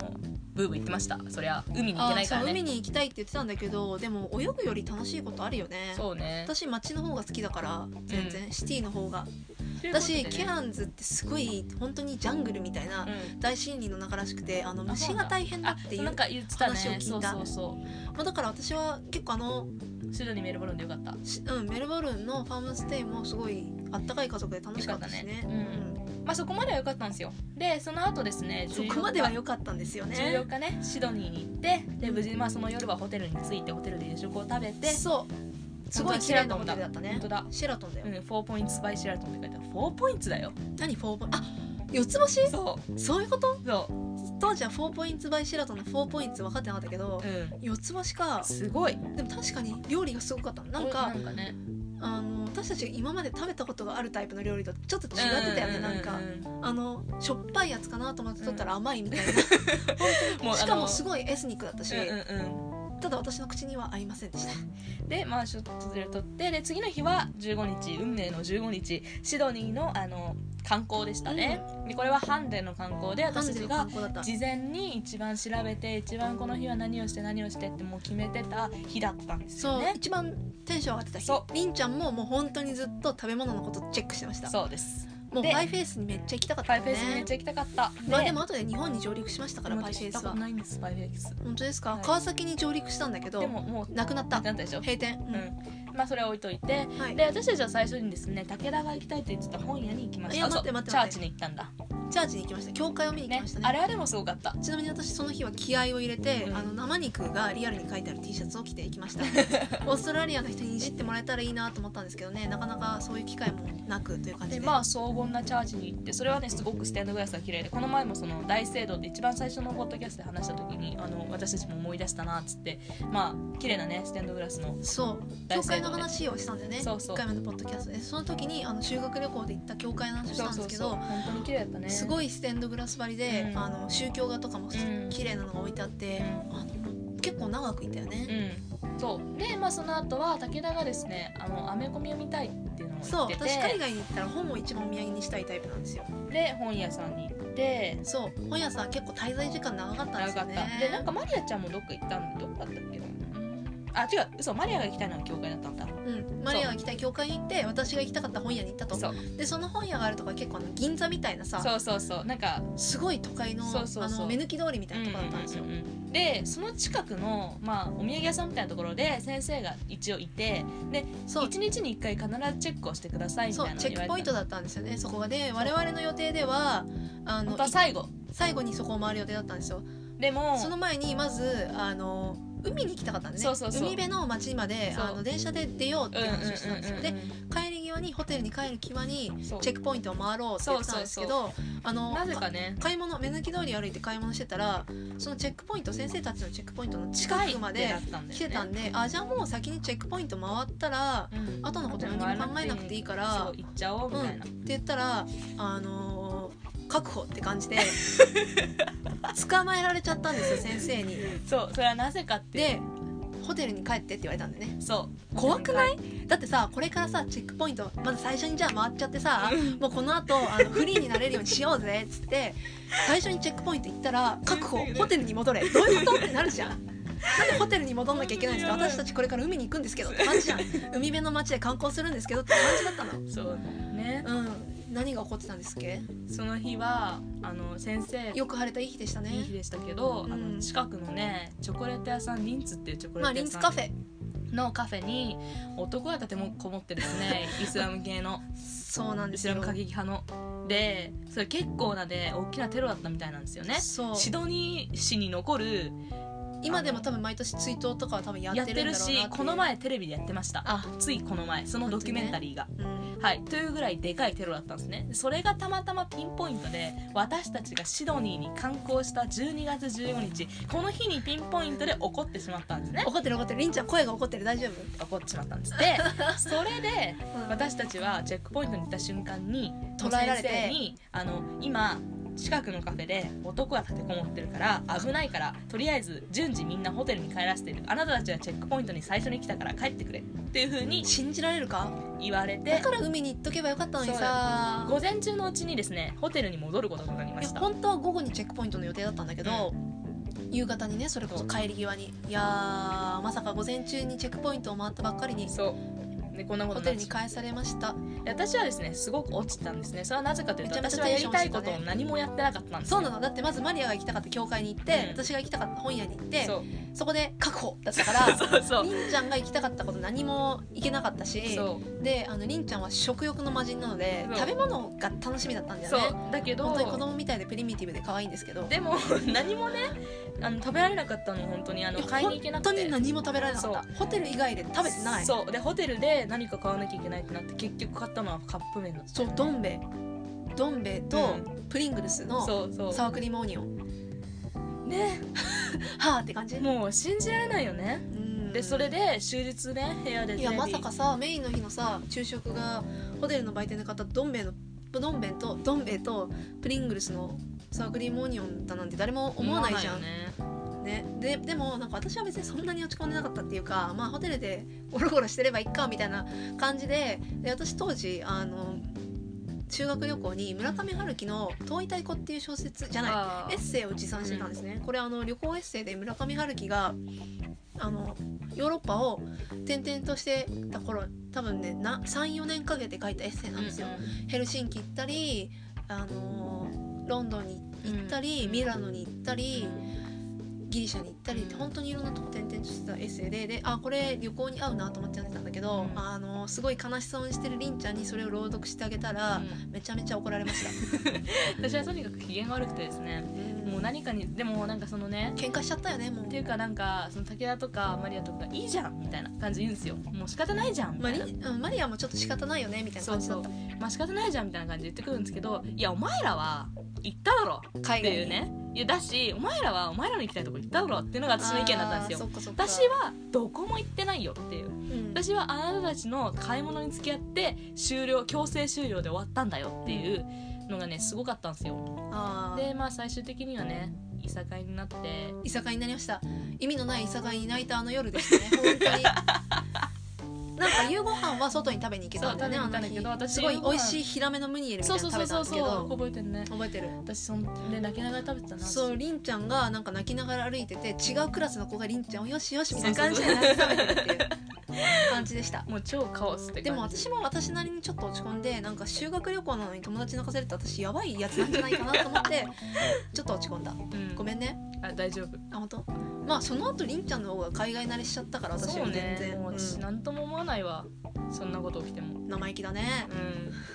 [SPEAKER 2] ブーブー言ってましたそりゃ海に行けないから
[SPEAKER 1] あそう
[SPEAKER 2] ね
[SPEAKER 1] 海に行きたいって言ってたんだけどでも泳ぐより楽しいことあるよね
[SPEAKER 2] そうね
[SPEAKER 1] 私街の方が好きだから全然、シティの方が
[SPEAKER 2] ということで
[SPEAKER 1] 私
[SPEAKER 2] ね
[SPEAKER 1] ケアンズってすごい本当にジャングルみたいな
[SPEAKER 2] うん
[SPEAKER 1] 大森林の中らしくてあの
[SPEAKER 2] あそ
[SPEAKER 1] 虫
[SPEAKER 2] うな
[SPEAKER 1] が
[SPEAKER 2] んだ
[SPEAKER 1] 大変だ
[SPEAKER 2] あ
[SPEAKER 1] っていう
[SPEAKER 2] なんか言ってたね
[SPEAKER 1] 話を聞いた
[SPEAKER 2] そうそうそ
[SPEAKER 1] まあ、だから私は結構あの、
[SPEAKER 2] うシドニーメルボルンでよかった
[SPEAKER 1] しうん、メルボルンのファームステイもすごいあったかい家族で楽しかったしね
[SPEAKER 2] よかったねまあそこまでは良かったんですよでその後ですね
[SPEAKER 1] うんそ
[SPEAKER 2] 14日
[SPEAKER 1] こまでは良かったんですよね
[SPEAKER 2] 14日ねシドニーに行ってで無事にまあその夜はホテルに着いてホテルで夕食を食べて
[SPEAKER 1] そうすごい綺麗なホテルだった
[SPEAKER 2] 本
[SPEAKER 1] ね
[SPEAKER 2] 当だ
[SPEAKER 1] シェラトンだよ、
[SPEAKER 2] うん、4ポイントスバイシェラトンって書いてある4ポイントだよ
[SPEAKER 1] 何フォーポイントあ四つ星
[SPEAKER 2] そ
[SPEAKER 1] そういうこと
[SPEAKER 2] うそ
[SPEAKER 1] 当時は4ポイントバイシェラトンの4ポイント分かってなかったけど
[SPEAKER 2] う、うん、
[SPEAKER 1] 四つ星か
[SPEAKER 2] すごい
[SPEAKER 1] でも確かに料理がすごかったのなんか
[SPEAKER 2] なんかね
[SPEAKER 1] あの私たちが今まで食べたことがあるタイプの料理とちょっと違ってたよねなんか
[SPEAKER 2] うう
[SPEAKER 1] あのしょっぱいやつかなと思って取ったら甘いみたい
[SPEAKER 2] うんも
[SPEAKER 1] な
[SPEAKER 2] う
[SPEAKER 1] しかもす
[SPEAKER 2] す
[SPEAKER 1] ごいエスニックだったし
[SPEAKER 2] うんうん
[SPEAKER 1] ただ私の口には合いませんでした
[SPEAKER 2] うん、でまあショットで撮ってで次の日は15日運命の15日シドニーのあの観光でしたね、でこれはハンデの観光で私たちが
[SPEAKER 1] ハンデの観光だった
[SPEAKER 2] 事前に一番調べて一番この日は何をして何をしてってもう決めてた日だったんです
[SPEAKER 1] そ
[SPEAKER 2] よ
[SPEAKER 1] う
[SPEAKER 2] ね
[SPEAKER 1] 一番テンション上がってた日
[SPEAKER 2] そ
[SPEAKER 1] りんちゃんももう本当にずっと食べ物のことチェックしてました
[SPEAKER 2] そうです
[SPEAKER 1] もう
[SPEAKER 2] で
[SPEAKER 1] パイフェイスにめっちゃ行きたかった
[SPEAKER 2] パイ
[SPEAKER 1] よ
[SPEAKER 2] フェイスめっちゃ行
[SPEAKER 1] ね
[SPEAKER 2] きたかった
[SPEAKER 1] まあでも後で日本に上陸しましたからパイフェイス
[SPEAKER 2] 行ったこ
[SPEAKER 1] は
[SPEAKER 2] とないんですパイフェイス
[SPEAKER 1] 本当ですか、
[SPEAKER 2] はい
[SPEAKER 1] 川崎に上陸したんだけど
[SPEAKER 2] でももう
[SPEAKER 1] なくなった
[SPEAKER 2] なったでしょ
[SPEAKER 1] 閉店、うん
[SPEAKER 2] うんまあそれは置いといて
[SPEAKER 1] はい
[SPEAKER 2] で私たちは最初にですね武田が行きたいって言ってた本屋に行きました
[SPEAKER 1] いや待っ
[SPEAKER 2] あ
[SPEAKER 1] て
[SPEAKER 2] そう
[SPEAKER 1] 待って
[SPEAKER 2] チャー
[SPEAKER 1] 待っ
[SPEAKER 2] チ
[SPEAKER 1] て
[SPEAKER 2] に行ったんだ
[SPEAKER 1] チャーチに行きました教会を見に行きましたね
[SPEAKER 2] あれあれもすごかった
[SPEAKER 1] ちなみに私その日は気合を入れて、
[SPEAKER 2] うん
[SPEAKER 1] あの生肉がリアルに書いてある T シャツを着ていきました オーストラリアの人にいじってもらえたらいいなと思ったんですけどねなかなかそういう機会もなくという感じ
[SPEAKER 2] で
[SPEAKER 1] で
[SPEAKER 2] まあ荘厳なチャーチに行ってそれはねすごくステンドグラスが綺麗でこの前もその大聖堂で一番最初のポッドキャストで話した時にあの私たちも思い出したなっつってまあ綺麗なねステンドグラスの
[SPEAKER 1] そう教
[SPEAKER 2] 大聖
[SPEAKER 1] 会
[SPEAKER 2] 堂
[SPEAKER 1] の
[SPEAKER 2] で
[SPEAKER 1] 話をしたんだよね
[SPEAKER 2] そうそう
[SPEAKER 1] 1回目のポッドキャストでその時にあの修学旅行で行った教会の話をしたんですけど
[SPEAKER 2] 本当に綺麗だったね
[SPEAKER 1] す
[SPEAKER 2] い
[SPEAKER 1] ごいステンドグラス張りで、
[SPEAKER 2] うん
[SPEAKER 1] あの宗教画とかも
[SPEAKER 2] うん
[SPEAKER 1] 綺麗なのが置いてあって、あの結構長くいたよね、
[SPEAKER 2] うんそうでまあその後は武田がですねあのアメコミを見たいっていうのを
[SPEAKER 1] そ
[SPEAKER 2] 言
[SPEAKER 1] う
[SPEAKER 2] ってて
[SPEAKER 1] 私海外に行ったら本を一番お土産にしたいタイプなんですよ
[SPEAKER 2] で本屋さんに行って
[SPEAKER 1] そう本屋さん結構滞在時間長かったんですよね
[SPEAKER 2] 長かったでなんかマリアちゃんもどっか行ったんどこだったっけなあ違う嘘マリアが行きたいのは教会だったんだ
[SPEAKER 1] うん、マリアが行きたい教会に行って私が行きたかった本屋に行ったと
[SPEAKER 2] そう
[SPEAKER 1] でその本屋があるとか結構あの銀座みたいなさ
[SPEAKER 2] そうそうそうなんか
[SPEAKER 1] すごい都会の
[SPEAKER 2] そうそうそう
[SPEAKER 1] あの目抜き通りみたいなとこだったんですよ、
[SPEAKER 2] うんうんうんうんでその近くの、まあ、お土産屋さんみたいなところで先生が一応いてで
[SPEAKER 1] そう
[SPEAKER 2] 1日に1回必ずチェックをしてくださいみた
[SPEAKER 1] そ
[SPEAKER 2] いうなの
[SPEAKER 1] チェ
[SPEAKER 2] 言
[SPEAKER 1] ッ
[SPEAKER 2] われ
[SPEAKER 1] クポイント
[SPEAKER 2] だ
[SPEAKER 1] だったんですよねそこがで我々の予定ではあ
[SPEAKER 2] 本
[SPEAKER 1] の
[SPEAKER 2] 当はい最後
[SPEAKER 1] 最後にそこを回る予定だったんですよ
[SPEAKER 2] でも
[SPEAKER 1] その前にまずあの海に行きたかったんでね
[SPEAKER 2] そうそうそう
[SPEAKER 1] 海辺の町まで
[SPEAKER 2] そう
[SPEAKER 1] あの電車で出ようっていう話をしてたんですよ、
[SPEAKER 2] うんうんうんうん
[SPEAKER 1] で帰り際にホテルに帰る際に
[SPEAKER 2] そう
[SPEAKER 1] チェックポイントを回ろうって言ってたんですけどあの
[SPEAKER 2] なぜかね
[SPEAKER 1] 買い物目抜き通り歩いて買い物してたらそのチェックポイント先生たちのチェックポイントの近くまで来てたん
[SPEAKER 2] で、
[SPEAKER 1] で、あじゃあもう先にチェックポイント回ったら
[SPEAKER 2] うん
[SPEAKER 1] 後のこと何も考えなくていいから
[SPEAKER 2] そう行っちゃおうみたいな、
[SPEAKER 1] うん、って言ったらあのー確保って感じで 捕まえられちゃったんですよ先生に
[SPEAKER 2] そうそれはなぜかって
[SPEAKER 1] でホテルに帰ってって言われたんでね
[SPEAKER 2] そう
[SPEAKER 1] 怖くないだってさこれからさチェックポイントまず最初にじゃあ回っちゃってさもうこの後あのフリーになれるようにしようぜっつって最初にチェックポイント行ったら確保ホテルに戻れどういうことってなるじゃんなんでホテルに戻んなきゃいけないんですか私たちこれから海に行くんですけどって感じじゃん海辺の街で観光するんですけどって感じだったの
[SPEAKER 2] そうね
[SPEAKER 1] うん何が起こってたんですっけ
[SPEAKER 2] その日はあの先生
[SPEAKER 1] よく晴れたいい日でしたね
[SPEAKER 2] いい日でしたけど、あ
[SPEAKER 1] うん
[SPEAKER 2] の近くのねチョコレート屋さんリンツっていうチョコレ
[SPEAKER 1] まあ
[SPEAKER 2] ート
[SPEAKER 1] リン
[SPEAKER 2] 屋
[SPEAKER 1] ツ
[SPEAKER 2] さ
[SPEAKER 1] カ
[SPEAKER 2] ん
[SPEAKER 1] フェ
[SPEAKER 2] のカフェに男が立てこもってです ねイスラム系の
[SPEAKER 1] そうなん
[SPEAKER 2] イ
[SPEAKER 1] です
[SPEAKER 2] ス
[SPEAKER 1] よ
[SPEAKER 2] ラム過激派のでそれ結構なで大きなテロだったみたいなんですよね
[SPEAKER 1] そう
[SPEAKER 2] シドニー市に残る
[SPEAKER 1] 今でも多分毎年追悼とかは多分や
[SPEAKER 2] や
[SPEAKER 1] っ
[SPEAKER 2] ってて
[SPEAKER 1] る
[SPEAKER 2] る
[SPEAKER 1] んだろうなっていう
[SPEAKER 2] しこの前テレビでやってました
[SPEAKER 1] あ
[SPEAKER 2] ついこの前そのドキュメンタリーが、
[SPEAKER 1] うん
[SPEAKER 2] はい、というぐらいでかいテロだったんですねそれがたまたまピンポイントで私たちがシドニーに観光した12月15日この日にピンポイントで起こってしまったんですね
[SPEAKER 1] 怒ってる怒ってるりんちゃん声が怒ってる大丈夫
[SPEAKER 2] 起こってしまったんです でそれで
[SPEAKER 1] うん
[SPEAKER 2] 私たちはチェックポイントに行った瞬間に
[SPEAKER 1] 捕らえられて
[SPEAKER 2] 先生にあの今近くのカフェで男が立てこもってるから危ないからとりあえず順次みんなホテルに帰らせてるあなたたちはチェックポイントに最初に来たから帰ってくれっていう風に
[SPEAKER 1] 信じられるか
[SPEAKER 2] 言われ
[SPEAKER 1] だ
[SPEAKER 2] て
[SPEAKER 1] から海に行っとけばよかったのにさ
[SPEAKER 2] 午前中のうちにですねホテルに戻ることとなりま
[SPEAKER 1] いや
[SPEAKER 2] した
[SPEAKER 1] 本当は午後にチェックポイントの予定だったんだけど、夕方にねそれこそ帰り際にいやーまさか午前中にチェックポイントを回ったばっかりに
[SPEAKER 2] そうでこんなこと
[SPEAKER 1] ホ
[SPEAKER 2] にな
[SPEAKER 1] テ
[SPEAKER 2] っ
[SPEAKER 1] ル
[SPEAKER 2] ちゃ
[SPEAKER 1] に
[SPEAKER 2] う
[SPEAKER 1] 返されました
[SPEAKER 2] 私はですねすごく落ちたんですねそれはなぜかというと
[SPEAKER 1] めちゃめち
[SPEAKER 2] 私
[SPEAKER 1] ゃ
[SPEAKER 2] はやりたいこと
[SPEAKER 1] テンションしてた
[SPEAKER 2] を
[SPEAKER 1] ね
[SPEAKER 2] 何もやってなかったんですよ
[SPEAKER 1] そうなのだってまずマリアが行きたかった教会に行って、
[SPEAKER 2] うん
[SPEAKER 1] 私が行きたかった本屋に行って
[SPEAKER 2] そ
[SPEAKER 1] そうこで確保だったか ら
[SPEAKER 2] そうそうそう
[SPEAKER 1] りんちゃんが行きたかったこと何も行けなかったし
[SPEAKER 2] そう
[SPEAKER 1] であのりんちゃんは食欲の魔人なので
[SPEAKER 2] そう
[SPEAKER 1] 食べ物が楽しみだったんだ
[SPEAKER 2] そ
[SPEAKER 1] よね
[SPEAKER 2] うだけど
[SPEAKER 1] 本当に子供みたいでプリミティブで可愛いんですけど
[SPEAKER 2] でも 何もねあの食べられなかったの本当にあの
[SPEAKER 1] いや
[SPEAKER 2] 買いに行けな
[SPEAKER 1] 本
[SPEAKER 2] くて
[SPEAKER 1] 当に何も食べられなかったホテル以外で食べてないそう
[SPEAKER 2] そうでホテルで何か買わなきゃいけないってなって結局買ったのはカップ麺だった
[SPEAKER 1] どん兵衛どん兵衛と
[SPEAKER 2] う
[SPEAKER 1] プリングルスの
[SPEAKER 2] そうそう
[SPEAKER 1] サワークリームオニオン
[SPEAKER 2] ね
[SPEAKER 1] はあって感じ
[SPEAKER 2] もう信じられないよね
[SPEAKER 1] うん
[SPEAKER 2] でそれで終日ね部屋で
[SPEAKER 1] いやまさかさメインの日のさ昼食がホテルの売店で買ったどん兵衛のどん兵衛とどん兵衛とプリングルスのサワークリームオニオンだなんて誰も思わないじゃん
[SPEAKER 2] ね
[SPEAKER 1] ね、ででもなんか私は別にそんなに落ち込んでなかったっていうか、まあ、ホテルでゴロゴロしてればいっかみたいな感じでで私当時あの修学旅行に村上春樹の「遠い太鼓」っていう小説じゃない
[SPEAKER 2] あ
[SPEAKER 1] エッセイを持参してたんですね、これあの旅行エッセイで村上春樹があのヨーロッパを転々としてた頃多分ね34年かけて書いたエッセイなんですよ。ヘルシンキ行ったり、あのロンドンに行ったり、ミラノに行ったり。ギリシャに行ったりって本当にいろんなとこ転々としてたエッセイでであこれ旅行に合うなと思って読んでたんだけど、
[SPEAKER 2] うん
[SPEAKER 1] あのすごい悲しそうにしてるりんちゃんにそれを朗読してあげたら、めちゃめちゃ怒られました、
[SPEAKER 2] 私はとにかく機嫌が悪くてですね もう何かにでもなんかそのね
[SPEAKER 1] 喧嘩しちゃったよねもう
[SPEAKER 2] っていうかなんかその武田とかマリアとかいいじゃんみたいな感じで言うんですよもう仕方ないじゃんみ
[SPEAKER 1] ま
[SPEAKER 2] た
[SPEAKER 1] あ
[SPEAKER 2] い
[SPEAKER 1] り
[SPEAKER 2] な、
[SPEAKER 1] うんマリアもちょっと仕方ないよねみたいな
[SPEAKER 2] そう
[SPEAKER 1] 感じだ
[SPEAKER 2] そ
[SPEAKER 1] っ
[SPEAKER 2] う
[SPEAKER 1] た
[SPEAKER 2] まあ仕方ないじゃんみたいな感じで言ってくるんですけどいやお前らは行っただろっ
[SPEAKER 1] 海
[SPEAKER 2] て
[SPEAKER 1] 外
[SPEAKER 2] いうねいやだしお前らはお前らの行きたいとこ行っただろっていうのが私の意見だったんですよ
[SPEAKER 1] あーそっかそっか
[SPEAKER 2] 私はどこも行ってないよっていう
[SPEAKER 1] うん
[SPEAKER 2] 私はあなたたちの買い物に付き合って終了強制終了で終わったんだよっていうのがねすごかったんですよ
[SPEAKER 1] あー
[SPEAKER 2] でまあ最終的にはねいさかいになって
[SPEAKER 1] いさかいになりました意味のないいさかいに泣いたあの夜でしたね本当に なんか夕ご飯は外に食べに行けたんだよね
[SPEAKER 2] そう
[SPEAKER 1] あ
[SPEAKER 2] 食べ
[SPEAKER 1] の
[SPEAKER 2] に行っ
[SPEAKER 1] 日
[SPEAKER 2] たんだけど私
[SPEAKER 1] すごい美味
[SPEAKER 2] 夕
[SPEAKER 1] しいヒラメのムニエルみ
[SPEAKER 2] そ
[SPEAKER 1] たいうな
[SPEAKER 2] そ
[SPEAKER 1] の
[SPEAKER 2] う
[SPEAKER 1] 食
[SPEAKER 2] そうそ
[SPEAKER 1] べたん
[SPEAKER 2] う
[SPEAKER 1] ですけど
[SPEAKER 2] 覚えてるね
[SPEAKER 1] 覚えてる
[SPEAKER 2] 私そんで泣きながら食べてたな
[SPEAKER 1] そう
[SPEAKER 2] う
[SPEAKER 1] りんちゃんがなんか泣きながら歩いてて違うクラスの子がりんちゃんをよしよしみたいな感じで慰めてるっていう感じでした
[SPEAKER 2] もう超カオスって感じ
[SPEAKER 1] でも私も私なりにちょっと落ち込んでなんか修学旅行なのに友達泣かせると私やばいやつなんじゃないかなと 思ってちょっと落ち込んだ
[SPEAKER 2] うん、
[SPEAKER 1] ごめんね
[SPEAKER 2] あ大丈夫
[SPEAKER 1] あ本当まあその後りんちゃんの方が海外慣れしちゃったから私
[SPEAKER 2] そう
[SPEAKER 1] は全
[SPEAKER 2] ね
[SPEAKER 1] 然、
[SPEAKER 2] もう私
[SPEAKER 1] う
[SPEAKER 2] 何とも思わないわそんなこと起きても
[SPEAKER 1] ん生意気だね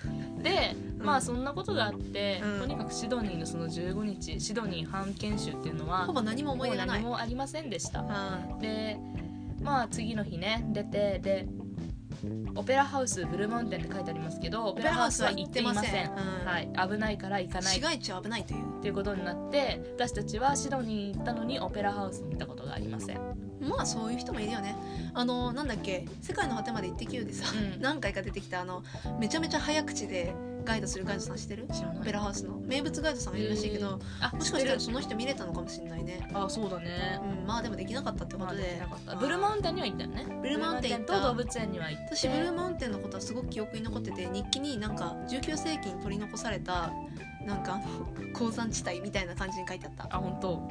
[SPEAKER 2] うんで
[SPEAKER 1] うん
[SPEAKER 2] まあそんなことがあって、
[SPEAKER 1] うん
[SPEAKER 2] とにかくシドニーのその15日シドニー半研修っていうのは
[SPEAKER 1] ほぼ何も思い出がない
[SPEAKER 2] もう何もありませんでした
[SPEAKER 1] うん
[SPEAKER 2] でまあ次の日ね出てでオペラハウスブルーマウンテンって書いてありますけどオ
[SPEAKER 1] オペ
[SPEAKER 2] ペ
[SPEAKER 1] ラ
[SPEAKER 2] ラ
[SPEAKER 1] ハ
[SPEAKER 2] ハ
[SPEAKER 1] ウ
[SPEAKER 2] ウ
[SPEAKER 1] ス
[SPEAKER 2] ス
[SPEAKER 1] は
[SPEAKER 2] は
[SPEAKER 1] 行
[SPEAKER 2] 行
[SPEAKER 1] っ
[SPEAKER 2] ってて
[SPEAKER 1] ま
[SPEAKER 2] ま
[SPEAKER 1] せ
[SPEAKER 2] せ
[SPEAKER 1] ん
[SPEAKER 2] ん、
[SPEAKER 1] うん
[SPEAKER 2] はい、危ないから行かない
[SPEAKER 1] 市
[SPEAKER 2] っ
[SPEAKER 1] 街地は危ないという
[SPEAKER 2] ていうことになって私たちはシドニーに行ったのにオペラハウスに行ったことがありません、
[SPEAKER 1] まあそういう人もいるよねあのなんだっけ「世界の果てまで行ってきよ」でさ
[SPEAKER 2] うん
[SPEAKER 1] 何回か出てきたあのめちゃめちゃ早口でガイドするガイドさん知ってる
[SPEAKER 2] 知らない
[SPEAKER 1] オペラハウスの名物ガイドさんがいるらしいけど
[SPEAKER 2] あ
[SPEAKER 1] もしかしたらその人見れたのかもしれないね
[SPEAKER 2] あそうだね
[SPEAKER 1] うんまあでもできなかったってこ
[SPEAKER 2] まあ
[SPEAKER 1] と
[SPEAKER 2] でき
[SPEAKER 1] で
[SPEAKER 2] なかった
[SPEAKER 1] あー
[SPEAKER 2] ブルーマウンテンには行ったよね
[SPEAKER 1] ブルーマウンテン行った
[SPEAKER 2] ブルーマウンテンと動物園には行って
[SPEAKER 1] 私ブルーマウンテンのことはすごく記憶に残ってて日記になんか19世紀に取り残されたなんかあの鉱山地帯みたいな感じに書いてあった
[SPEAKER 2] あ本当。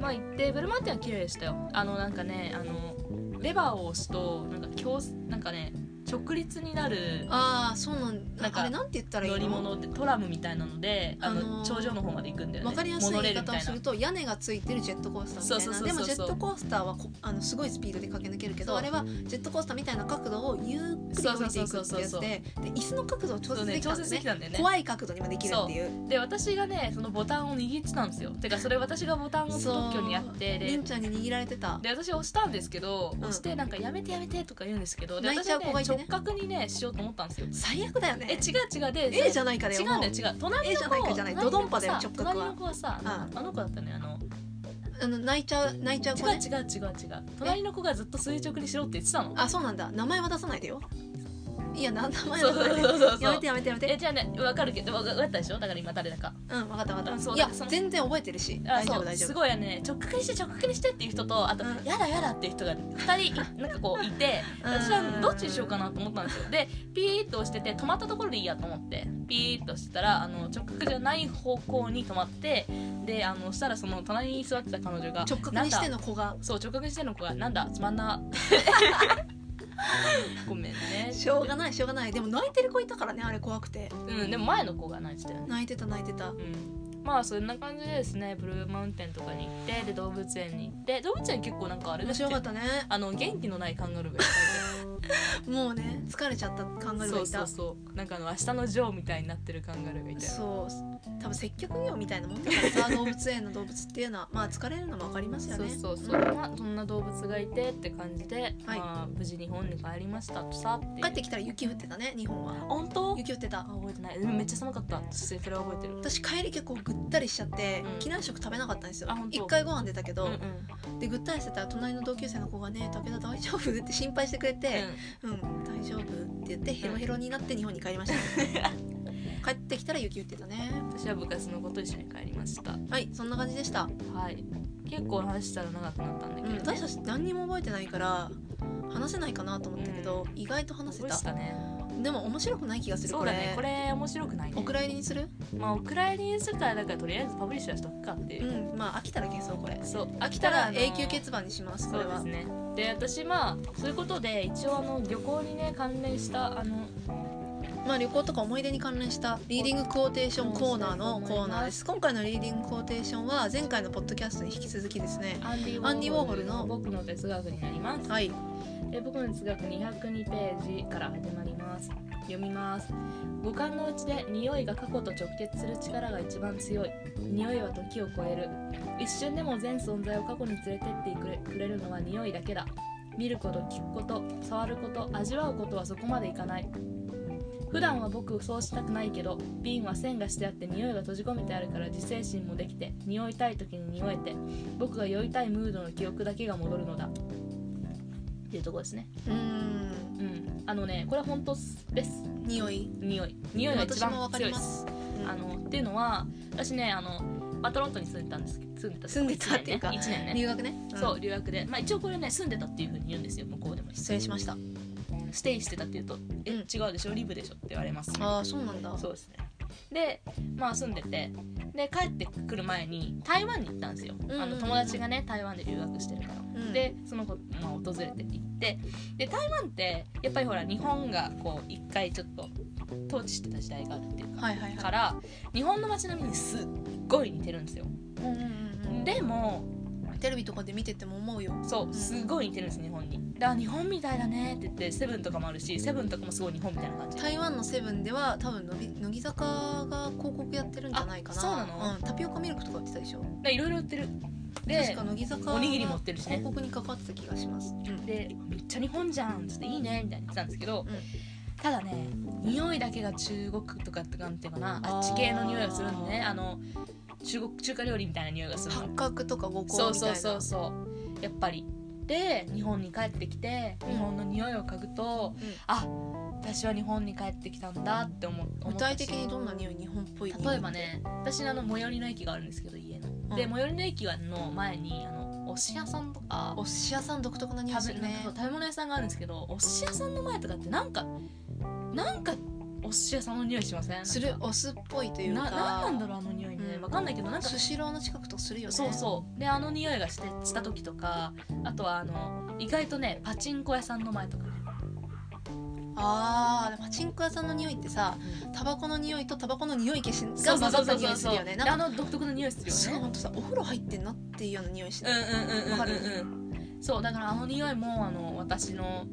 [SPEAKER 2] まあ行ってブルマンテンは綺麗でしたよあのなんかねあのレバーを押すとなんか強なんかね直立になる
[SPEAKER 1] ああそうなん
[SPEAKER 2] なんか
[SPEAKER 1] あれなんて言ったらいい
[SPEAKER 2] 乗
[SPEAKER 1] の
[SPEAKER 2] り物でトラムみたいなのであの、
[SPEAKER 1] あのー
[SPEAKER 2] 頂上の方まで行くんだよね
[SPEAKER 1] わかりやすい
[SPEAKER 2] モノ
[SPEAKER 1] 言
[SPEAKER 2] レー
[SPEAKER 1] い
[SPEAKER 2] ルみ
[SPEAKER 1] 方
[SPEAKER 2] た
[SPEAKER 1] を
[SPEAKER 2] い
[SPEAKER 1] す
[SPEAKER 2] な
[SPEAKER 1] ると屋根がついてるジェットコースターみたいな
[SPEAKER 2] そうそうそう
[SPEAKER 1] で
[SPEAKER 2] そう
[SPEAKER 1] もジェットコースターはこあのすごいスピードで駆け抜けるけど
[SPEAKER 2] そう
[SPEAKER 1] あれはジェットコースターみたいな角度をゆっくり降りていくっていうやつ
[SPEAKER 2] そうそうそうそうそう
[SPEAKER 1] でで椅子の角度を調
[SPEAKER 2] そう
[SPEAKER 1] 節で
[SPEAKER 2] ね
[SPEAKER 1] きた
[SPEAKER 2] 調
[SPEAKER 1] ん
[SPEAKER 2] 節
[SPEAKER 1] です
[SPEAKER 2] で
[SPEAKER 1] ね
[SPEAKER 2] きたんだよね
[SPEAKER 1] 怖い角度にまでできるっていう
[SPEAKER 2] で私がねそのボタンを握ってたんですよてかそれ私がボタンを特許にやって
[SPEAKER 1] り
[SPEAKER 2] で
[SPEAKER 1] んちゃんに握られてた
[SPEAKER 2] で私押したんですけど
[SPEAKER 1] ん
[SPEAKER 2] 押してなんかやめてやめてとか言うんですけどで
[SPEAKER 1] 泣い
[SPEAKER 2] 私
[SPEAKER 1] ちゃ
[SPEAKER 2] は
[SPEAKER 1] う子がいて
[SPEAKER 2] ね
[SPEAKER 1] ね
[SPEAKER 2] 直角にねしようと思ったんですよ
[SPEAKER 1] 最悪だよ
[SPEAKER 2] え違
[SPEAKER 1] ね
[SPEAKER 2] う違うで
[SPEAKER 1] ええじゃないかだよ
[SPEAKER 2] 違うんだよ違う隣の子
[SPEAKER 1] じゃないかじゃない
[SPEAKER 2] 隣の子さ
[SPEAKER 1] ドドンパだよ直角は
[SPEAKER 2] 隣の子はさあのあの子だったねあの
[SPEAKER 1] あの泣いちゃう泣いちゃう
[SPEAKER 2] 違
[SPEAKER 1] 子
[SPEAKER 2] う
[SPEAKER 1] ね
[SPEAKER 2] 違う違う違う隣の子がずっと垂直にしろって言ってたの
[SPEAKER 1] あそうなんだ名前は出さないでよいやな名前
[SPEAKER 2] そう
[SPEAKER 1] の
[SPEAKER 2] そう
[SPEAKER 1] 声で
[SPEAKER 2] そうそう
[SPEAKER 1] やめてやめてやめ
[SPEAKER 2] え
[SPEAKER 1] て
[SPEAKER 2] じゃあね分かるけど分か分かったでしょだから今誰だか
[SPEAKER 1] うん分かった分か
[SPEAKER 2] あ
[SPEAKER 1] っ
[SPEAKER 2] そ
[SPEAKER 1] た
[SPEAKER 2] う
[SPEAKER 1] いや
[SPEAKER 2] その
[SPEAKER 1] 全然覚えてるし
[SPEAKER 2] あ
[SPEAKER 1] 大丈
[SPEAKER 2] そ
[SPEAKER 1] 夫
[SPEAKER 2] う
[SPEAKER 1] 大丈
[SPEAKER 2] す
[SPEAKER 1] 夫
[SPEAKER 2] ごいあのね直角にして直角にしてっていう人とあと、
[SPEAKER 1] うん
[SPEAKER 2] やだやだっていう人が2人 いなんかこういて
[SPEAKER 1] うん
[SPEAKER 2] 私はどっちにしようかなと思ったんですよでピーッと押してて止まったところでいいやと思ってピーッと押してたらあの直角じゃない方向に止まってであのしたらその隣に座ってた彼女が
[SPEAKER 1] 直角にしての子が
[SPEAKER 2] そう直角にしての子が「なんだつまん な」ごめんね、
[SPEAKER 1] しょうがないしょうがないでも泣いてる子いたからねあれ怖くて
[SPEAKER 2] うん、でも前の子が泣いてたよね
[SPEAKER 1] 泣いてた泣いてた
[SPEAKER 2] うんまあそんな感じでですねブルーマウンテンとかに行ってで動物園に行って動物園結構なんかあれで
[SPEAKER 1] 面
[SPEAKER 2] すよ
[SPEAKER 1] 白かったね
[SPEAKER 2] あの元気のないカンガルーがいっ
[SPEAKER 1] もうね疲れちゃったカン
[SPEAKER 2] ぱ
[SPEAKER 1] ガ
[SPEAKER 2] いい
[SPEAKER 1] ル
[SPEAKER 2] て
[SPEAKER 1] ーが
[SPEAKER 2] そそ
[SPEAKER 1] いうた
[SPEAKER 2] うそうなんかあの明日のジョーみたいになってるカンガルーがいて
[SPEAKER 1] そう多分接客業みたいなもんだか らさ動物園の動物っていうのはまあ疲れるのも分かりますよ
[SPEAKER 2] そう
[SPEAKER 1] ね
[SPEAKER 2] そうそう、
[SPEAKER 1] ん
[SPEAKER 2] まあ、そんな動物がいてって感じで、
[SPEAKER 1] はい
[SPEAKER 2] まあ、無事日本に帰りましたとさっていう
[SPEAKER 1] 帰ってきたら雪降ってたね日本は
[SPEAKER 2] 本当
[SPEAKER 1] 雪降って
[SPEAKER 2] あ
[SPEAKER 1] た
[SPEAKER 2] 覚えてないでもめっちゃ寒かったそれは覚えてる
[SPEAKER 1] 私帰り結構ぐったりしちゃって、
[SPEAKER 2] うん
[SPEAKER 1] 機内食食べなかったんですよ
[SPEAKER 2] あ本当
[SPEAKER 1] 一回ご飯出たけど、
[SPEAKER 2] うんうん
[SPEAKER 1] でぐったりしてたら隣の同級生の子がね「武田大丈夫?」って心配してくれて「うん、大丈夫」って言ってヘロヘロになって日本に帰りま した、帰ってきたら雪降ってたね
[SPEAKER 2] うん私は部活の子と一緒に帰りました
[SPEAKER 1] はいそんな感じでした、
[SPEAKER 2] はい結構話したら長くなったんだけ
[SPEAKER 1] うん、
[SPEAKER 2] ど、
[SPEAKER 1] 私たち何にも覚えてないから話せないかなと思ったけど、意外と話せ
[SPEAKER 2] 覚え
[SPEAKER 1] た
[SPEAKER 2] てたね
[SPEAKER 1] でも面白くない気がする
[SPEAKER 2] そう
[SPEAKER 1] これ
[SPEAKER 2] だねこれ面白くないね
[SPEAKER 1] お蔵入りにする
[SPEAKER 2] まあお蔵入りにするからだからとりあえずパブリッシュはしとくかっていうう、
[SPEAKER 1] んまあ飽きたら消そうこれ
[SPEAKER 2] そう
[SPEAKER 1] 飽きたら永久
[SPEAKER 2] 決
[SPEAKER 1] 欠番にしますこ
[SPEAKER 2] そ
[SPEAKER 1] れ
[SPEAKER 2] うで
[SPEAKER 1] は
[SPEAKER 2] すねで私まあそういうことで一応あの旅行にね関連したあの
[SPEAKER 1] まあ旅行とか思い出に関連したリーディングクォーテーションコーナーのコーナーです今回のリーディングクォーテーションは前回のポッドキャストに引き続きですね
[SPEAKER 2] アンディ・
[SPEAKER 1] アンディウォーホルの
[SPEAKER 2] 僕の哲学になります
[SPEAKER 1] はい
[SPEAKER 2] で僕の哲学202ページから始まります読みます五感のうちで匂いが過去と直結する力が一番強い匂いは時を超える一瞬でも全存在を過去に連れてってくれくれるのは匂いだけだ見ること聞くこと触ること味わうことはそこまでいかない普段は僕そうしたくないけど瓶は線がしてあって匂いが閉じ込めてあるから自制心もできて匂いたい時に匂えて僕が酔いたいムードの記憶だけが戻るのだっていうとこですね
[SPEAKER 1] うーん
[SPEAKER 2] うん、あのねこれは本当です
[SPEAKER 1] 匂い
[SPEAKER 2] 匂い匂いが一
[SPEAKER 1] 私も
[SPEAKER 2] 番
[SPEAKER 1] わか
[SPEAKER 2] 強
[SPEAKER 1] り
[SPEAKER 2] いで
[SPEAKER 1] ますす
[SPEAKER 2] あのっていうのは私ねあの、まあ、トロントに住んでたんですけど住んでた
[SPEAKER 1] 住んでたっていうか
[SPEAKER 2] 1年ね一年ね
[SPEAKER 1] 留学ねん
[SPEAKER 2] そう留学で、まあ、一応これね住んでたっていうふうに言うんですよ向こうでも
[SPEAKER 1] 失礼しました
[SPEAKER 2] ステイしてたっていうと「え
[SPEAKER 1] うん
[SPEAKER 2] 違うでしょリブでしょ」って言われますね
[SPEAKER 1] ああそうなんだ
[SPEAKER 2] そうですねでまあ住んでてで帰ってくる前に台湾に行ったんですよ、
[SPEAKER 1] んうんうん
[SPEAKER 2] あの友達がね台湾で留学してるから
[SPEAKER 1] うん
[SPEAKER 2] でその子、まあ、訪れて行ってで台湾ってやっぱりほら日本がこう一回ちょっと統治してた時代があるっていうか,、
[SPEAKER 1] はいはいはい
[SPEAKER 2] から日本の街並みにすっごい似てるんですよ
[SPEAKER 1] うんうんうんうん
[SPEAKER 2] でも
[SPEAKER 1] テレビとかで見てても思うよ
[SPEAKER 2] そうすごい似てるんです日本にだから日本みたいだねって言ってセブンとかもあるしセブンとかもすごい日本みたいな感じ
[SPEAKER 1] 台湾のセブンでは多分のび乃木坂が広告やってるんじゃないかな
[SPEAKER 2] あそうなの
[SPEAKER 1] ん、タピオカミルクとか売ってたでしょ
[SPEAKER 2] でいろいろ売ってる
[SPEAKER 1] 確
[SPEAKER 2] で
[SPEAKER 1] か乃木坂
[SPEAKER 2] おにぎり持ってるしね
[SPEAKER 1] 広告にかかってた気がします、うん
[SPEAKER 2] でめっちゃ日本じゃんっつっていいねみたいに言ってたんですけど、
[SPEAKER 1] うん
[SPEAKER 2] ただね匂いだけが中国とかってなんていうかなあっち系の匂いがするんでねあの中国中華料理みたいな匂いがする
[SPEAKER 1] 八
[SPEAKER 2] の
[SPEAKER 1] 角とか五香みたい
[SPEAKER 2] そ
[SPEAKER 1] な
[SPEAKER 2] うそうそうそうやっぱりで日本に帰ってきて
[SPEAKER 1] うん
[SPEAKER 2] 日本の匂いを嗅ぐと、
[SPEAKER 1] うん
[SPEAKER 2] あ私は日本に帰ってきたんだって思思
[SPEAKER 1] 具
[SPEAKER 2] った
[SPEAKER 1] 体
[SPEAKER 2] し
[SPEAKER 1] 的にどんな匂い日本っぽい匂い
[SPEAKER 2] 例えばね私のあの最寄りの駅があるんですけど家の、
[SPEAKER 1] うん
[SPEAKER 2] で最寄りの駅はの前にあのお寿司屋さんとか
[SPEAKER 1] お寿司屋さん独特な匂いす
[SPEAKER 2] 食べ
[SPEAKER 1] る
[SPEAKER 2] なんか
[SPEAKER 1] ね
[SPEAKER 2] そう食べ物屋さんがあるんですけどお寿司屋さんの前とかってなんかなんかお寿司屋さんの匂いしません
[SPEAKER 1] するお酢っぽいというか
[SPEAKER 2] ななんなんだろうあの匂いね、
[SPEAKER 1] うん
[SPEAKER 2] わかんないけどなんか
[SPEAKER 1] スシローの近くとかするよね
[SPEAKER 2] そうそうであの匂いがしてした時とかあとはあの意外とねパチンコ屋さんの前とかね
[SPEAKER 1] あーでもパチンコ屋さんの匂いってさタバコの匂いとタバコの匂い消しが混ざった匂いするよね
[SPEAKER 2] で
[SPEAKER 1] な
[SPEAKER 2] あ
[SPEAKER 1] んか
[SPEAKER 2] の独特の匂いする
[SPEAKER 1] そう
[SPEAKER 2] よね
[SPEAKER 1] ほんとさお風呂入ってんなっていうような匂いし
[SPEAKER 2] うん
[SPEAKER 1] ない、
[SPEAKER 2] うんうん
[SPEAKER 1] わか
[SPEAKER 2] うんうんうんそうだからあの匂いもあの私の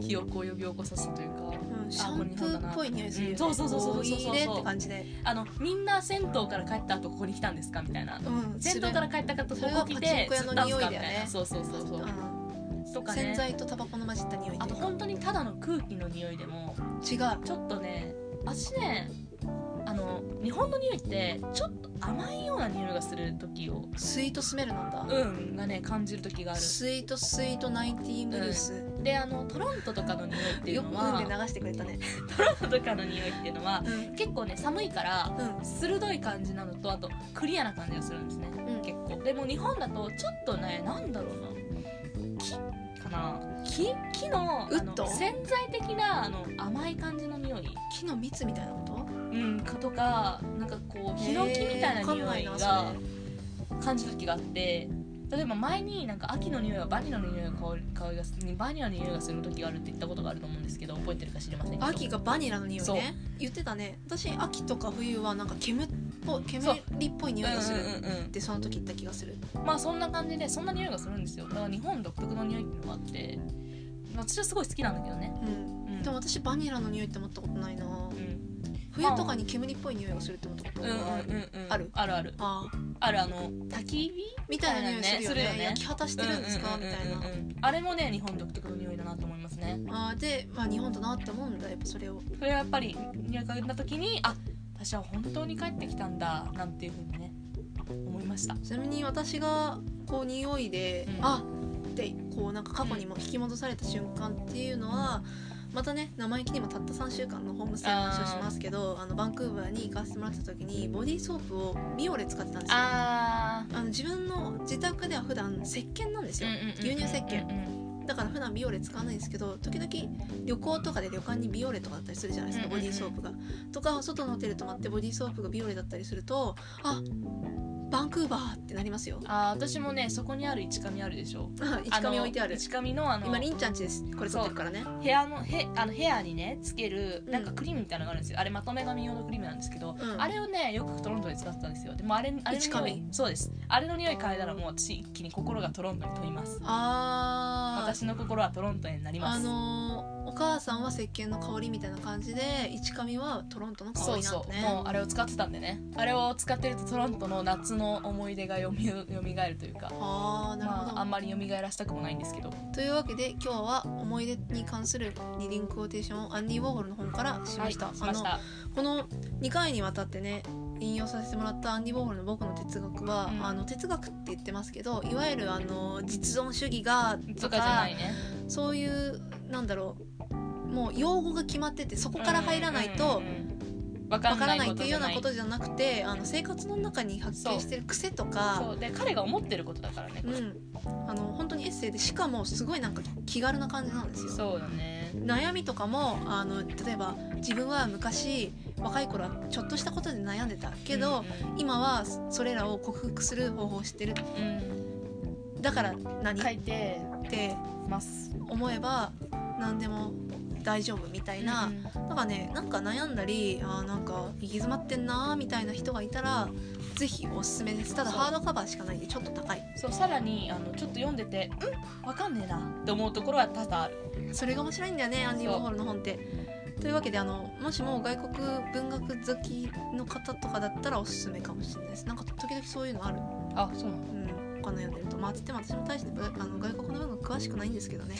[SPEAKER 2] 記憶を呼び起こさせたというか
[SPEAKER 1] うん、シャンプーっぽい匂いするよね、
[SPEAKER 2] うんそうそうそうそうそうそう
[SPEAKER 1] おいいねって感じで
[SPEAKER 2] あのみんな銭湯から帰った後ここに来たんですかみたいな
[SPEAKER 1] うん
[SPEAKER 2] 銭湯から帰った方
[SPEAKER 1] それ
[SPEAKER 2] こ
[SPEAKER 1] は
[SPEAKER 2] こ来
[SPEAKER 1] パチン
[SPEAKER 2] て
[SPEAKER 1] コ屋の
[SPEAKER 2] 釣ったんす
[SPEAKER 1] 匂いだ
[SPEAKER 2] かみ
[SPEAKER 1] よね
[SPEAKER 2] たいなそうそうそうそううんとか
[SPEAKER 1] 洗
[SPEAKER 2] ね
[SPEAKER 1] 剤とタバコの混じった匂い
[SPEAKER 2] あ
[SPEAKER 1] とい
[SPEAKER 2] と
[SPEAKER 1] うか
[SPEAKER 2] 本当にただの空気の匂いでも
[SPEAKER 1] 違う
[SPEAKER 2] ちょっとね私ねあの日本の匂いってちょっと甘いような匂いがする時を
[SPEAKER 1] スイートスメルなんだ、
[SPEAKER 2] うんがね感じる時がある
[SPEAKER 1] スイートスイートナインティーンブルース、
[SPEAKER 2] であのトロントとかの匂いっていう
[SPEAKER 1] よく
[SPEAKER 2] の
[SPEAKER 1] 運
[SPEAKER 2] は
[SPEAKER 1] で流してくれたね
[SPEAKER 2] トロントとかの匂いっていうのは
[SPEAKER 1] うん
[SPEAKER 2] 結構ね寒いから
[SPEAKER 1] うん
[SPEAKER 2] 鋭い感じなのとあとクリアな感じがするんですね
[SPEAKER 1] うん
[SPEAKER 2] 結構でも日本だとちょっとねなんだろうな木かな
[SPEAKER 1] 木
[SPEAKER 2] 木の
[SPEAKER 1] ウッド
[SPEAKER 2] あの潜在的なあの甘い感じの匂い、
[SPEAKER 1] 木の蜜みたいなこと
[SPEAKER 2] うん、かとかなんかこうヒノキみたいな匂い
[SPEAKER 1] えーわかんないな
[SPEAKER 2] が
[SPEAKER 1] それ
[SPEAKER 2] 感じる時があって例えば前になんか秋の匂いはバニラの匂いが香り香りがするバニラの匂いがする時があるって言ったことがあると思うんですけど覚えてるか知りませんけど
[SPEAKER 1] 秋がバニラの匂い
[SPEAKER 2] そう
[SPEAKER 1] ね言ってたね私秋とか冬はなんか煙っぽい
[SPEAKER 2] そう
[SPEAKER 1] 煙りっぽい匂いがす
[SPEAKER 2] うん
[SPEAKER 1] る
[SPEAKER 2] うんうん
[SPEAKER 1] ってその時言った気がする
[SPEAKER 2] うんまあそんな感じでそんな匂いがするんですよだから日本独特の匂いっていうのがあって私はすごい好きなんだけどね、
[SPEAKER 1] うん
[SPEAKER 2] うん
[SPEAKER 1] でも私バニラの匂いって思ったことないな
[SPEAKER 2] うん
[SPEAKER 1] 冬とかに煙っぽい匂いがするって思ったこと
[SPEAKER 2] うんう
[SPEAKER 1] がある、
[SPEAKER 2] んうんうん
[SPEAKER 1] ある
[SPEAKER 2] あるある
[SPEAKER 1] ああ
[SPEAKER 2] あるあの焚き火
[SPEAKER 1] みたいな匂いするよね
[SPEAKER 2] ねするよね
[SPEAKER 1] 焼き果たしてるんですか、みたいな、
[SPEAKER 2] うんうんうんうんあれもね日本独特の匂いだなと思いますね
[SPEAKER 1] あーで、まあ、日本だなって思うんだやっぱそれを
[SPEAKER 2] それはやっぱり匂い嗅いだ時にあ私は本当に帰ってきたんだなんていうふうにね思いました
[SPEAKER 1] ちなみに私がこう匂いで、
[SPEAKER 2] うん
[SPEAKER 1] あってこうなんか過去にも引き戻された瞬間っていうのは、またね生意気にもたった3週間のホームステイの話をしますけどあのバンクーバーに行かせてもらった時にボディーソープをビオレ使ってたんですよあ
[SPEAKER 2] あ
[SPEAKER 1] の自分の自宅では普段石鹸なんですよ、牛乳石鹸だから普段ビオレ使わないんですけど時々旅行とかで旅館にビオレとかだったりするじゃないですか
[SPEAKER 2] うん
[SPEAKER 1] ボ
[SPEAKER 2] うんうん
[SPEAKER 1] ディーソープが。とか外のホテル泊まってボディーソープがビオレだったりするとあバンクーバーってなりますよ。
[SPEAKER 2] あー私もねそこにある一紙あるでしょ
[SPEAKER 1] あ 一紙置いてある
[SPEAKER 2] の一紙のあの
[SPEAKER 1] 今りんちゃんちですこれ撮ってるからね
[SPEAKER 2] 部屋のへあの部屋にねつける
[SPEAKER 1] うん
[SPEAKER 2] なんかクリームみたいなのがあるんですよ、あれまとめ髪用のクリームなんですけど、
[SPEAKER 1] うん
[SPEAKER 2] あれをねよくトロントで使ってたんですよでもあれあれ
[SPEAKER 1] 一
[SPEAKER 2] の匂い
[SPEAKER 1] 紙
[SPEAKER 2] そうですあれの匂い嗅いだらもう私一気に心がトロントに飛びます
[SPEAKER 1] あー
[SPEAKER 2] 私の心はトロントになりま
[SPEAKER 1] あ
[SPEAKER 2] す
[SPEAKER 1] のーお母さんは石鹸の香りみたいな感じで一紙はトロントの香
[SPEAKER 2] そう
[SPEAKER 1] りなん
[SPEAKER 2] そ
[SPEAKER 1] だ
[SPEAKER 2] う、
[SPEAKER 1] ね
[SPEAKER 2] もうあれを使ってたんでねあれを使ってるとトロントの夏の思い出がよみ よみがえるというか
[SPEAKER 1] ああなるほど、
[SPEAKER 2] まあ、あんまりよみがえらしたくもないんですけど
[SPEAKER 1] というわけで今日は思い出に関するリディングクォーテーションをアンディ・ウォーホルの本からしました,、
[SPEAKER 2] はい、しまし
[SPEAKER 1] あ
[SPEAKER 2] た
[SPEAKER 1] のこの2回にわたってね引用させてもらったアンディ・ウォーホルの「僕の哲学は」
[SPEAKER 2] うん
[SPEAKER 1] あの哲学って言ってますけどいわゆるあの実存主義が
[SPEAKER 2] とかじゃないね
[SPEAKER 1] そういうなんだろうもう用語が決まっててそこから入らないと
[SPEAKER 2] うんうんうんわか
[SPEAKER 1] わ
[SPEAKER 2] ん
[SPEAKER 1] から
[SPEAKER 2] な
[SPEAKER 1] ないい
[SPEAKER 2] こ
[SPEAKER 1] っ
[SPEAKER 2] と
[SPEAKER 1] て
[SPEAKER 2] じ
[SPEAKER 1] いうよ
[SPEAKER 2] ゃ
[SPEAKER 1] う
[SPEAKER 2] な
[SPEAKER 1] ないことじゃなくてあの生活の中に発見してる癖と
[SPEAKER 2] そ
[SPEAKER 1] か
[SPEAKER 2] うで彼が思ってることだからね
[SPEAKER 1] う、ん、あの本当にエッセイでしかもすごいなんか気軽な感じなんですよ。
[SPEAKER 2] そうだね
[SPEAKER 1] 悩みとかもあの例えば自分は昔若い頃はちょっとしたことで悩んでたけど、今はそれらを克服する方法を知ってる
[SPEAKER 2] うんうん
[SPEAKER 1] だから何
[SPEAKER 2] 書
[SPEAKER 1] っ
[SPEAKER 2] いて
[SPEAKER 1] て
[SPEAKER 2] ます
[SPEAKER 1] 思えば何でも大丈夫みたいな。
[SPEAKER 2] うんうん
[SPEAKER 1] だからねなんか悩んだりあーなんか行き詰まってんなーみたいな人がいたらぜひおすすめですただ
[SPEAKER 2] そう
[SPEAKER 1] ハードカバーしかないんでちょっと高い
[SPEAKER 2] そうさらにあのちょっと読んでてうんわかんねえなって思うところは多々ある
[SPEAKER 1] それが面白いんだよねアンディ・ウォーホルの本って。というわけであのもしも外国文学好きの方とかだったらおすすめかもしれないですなんか時々そういうのある
[SPEAKER 2] あそうなの
[SPEAKER 1] うん他の読んでるとまあつっても私も大してぶあの外国の文学詳しくないんですけど ね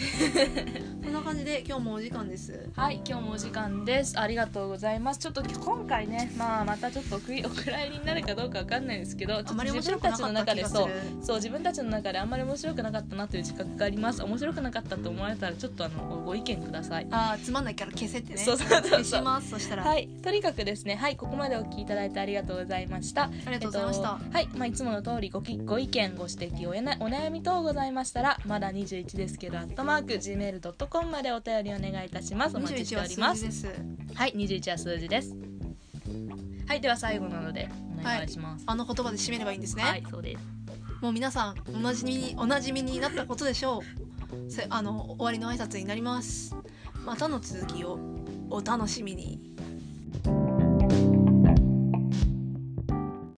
[SPEAKER 1] そんな感じで今日もお時間です
[SPEAKER 2] はい、今日もお時間です。ありがとうございます。ちょっと今回ね、まあまたちょっとおくいお 蔵入りになるかどうかわかんないですけど、ちょっと
[SPEAKER 1] あまり面
[SPEAKER 2] 自
[SPEAKER 1] 白
[SPEAKER 2] 分
[SPEAKER 1] くな
[SPEAKER 2] た
[SPEAKER 1] か
[SPEAKER 2] ちの
[SPEAKER 1] っ
[SPEAKER 2] 中
[SPEAKER 1] た気
[SPEAKER 2] で
[SPEAKER 1] がす
[SPEAKER 2] そ
[SPEAKER 1] る
[SPEAKER 2] う、そう自分たちの中であんまり面白くなかったなという自覚があります。面白くなかったと思われたらちょっとあのご意見ください。
[SPEAKER 1] あーつまんないから消せってね
[SPEAKER 2] そうそうそう
[SPEAKER 1] 消しますそしたら、
[SPEAKER 2] はい、とにかくですね、はい、ここまでお聞きいただいてありがとうございました。
[SPEAKER 1] ありがとうございました、
[SPEAKER 2] えっとはい、まあ、いつもの通りごきご意見ご指摘おやなお悩み等ございましたらまだ21ですけどアットマーク gmail.com までお便りお願いいたしますお待ちしております
[SPEAKER 1] です。
[SPEAKER 2] はい21は数字ですはいでは最後なのでお願いします
[SPEAKER 1] あの言葉で締めればいいんですね。
[SPEAKER 2] はい、そうです
[SPEAKER 1] もう皆さんおなじみにおなじみになったことでしょう。せあの終わりの挨拶になります。またの続きをお楽しみに。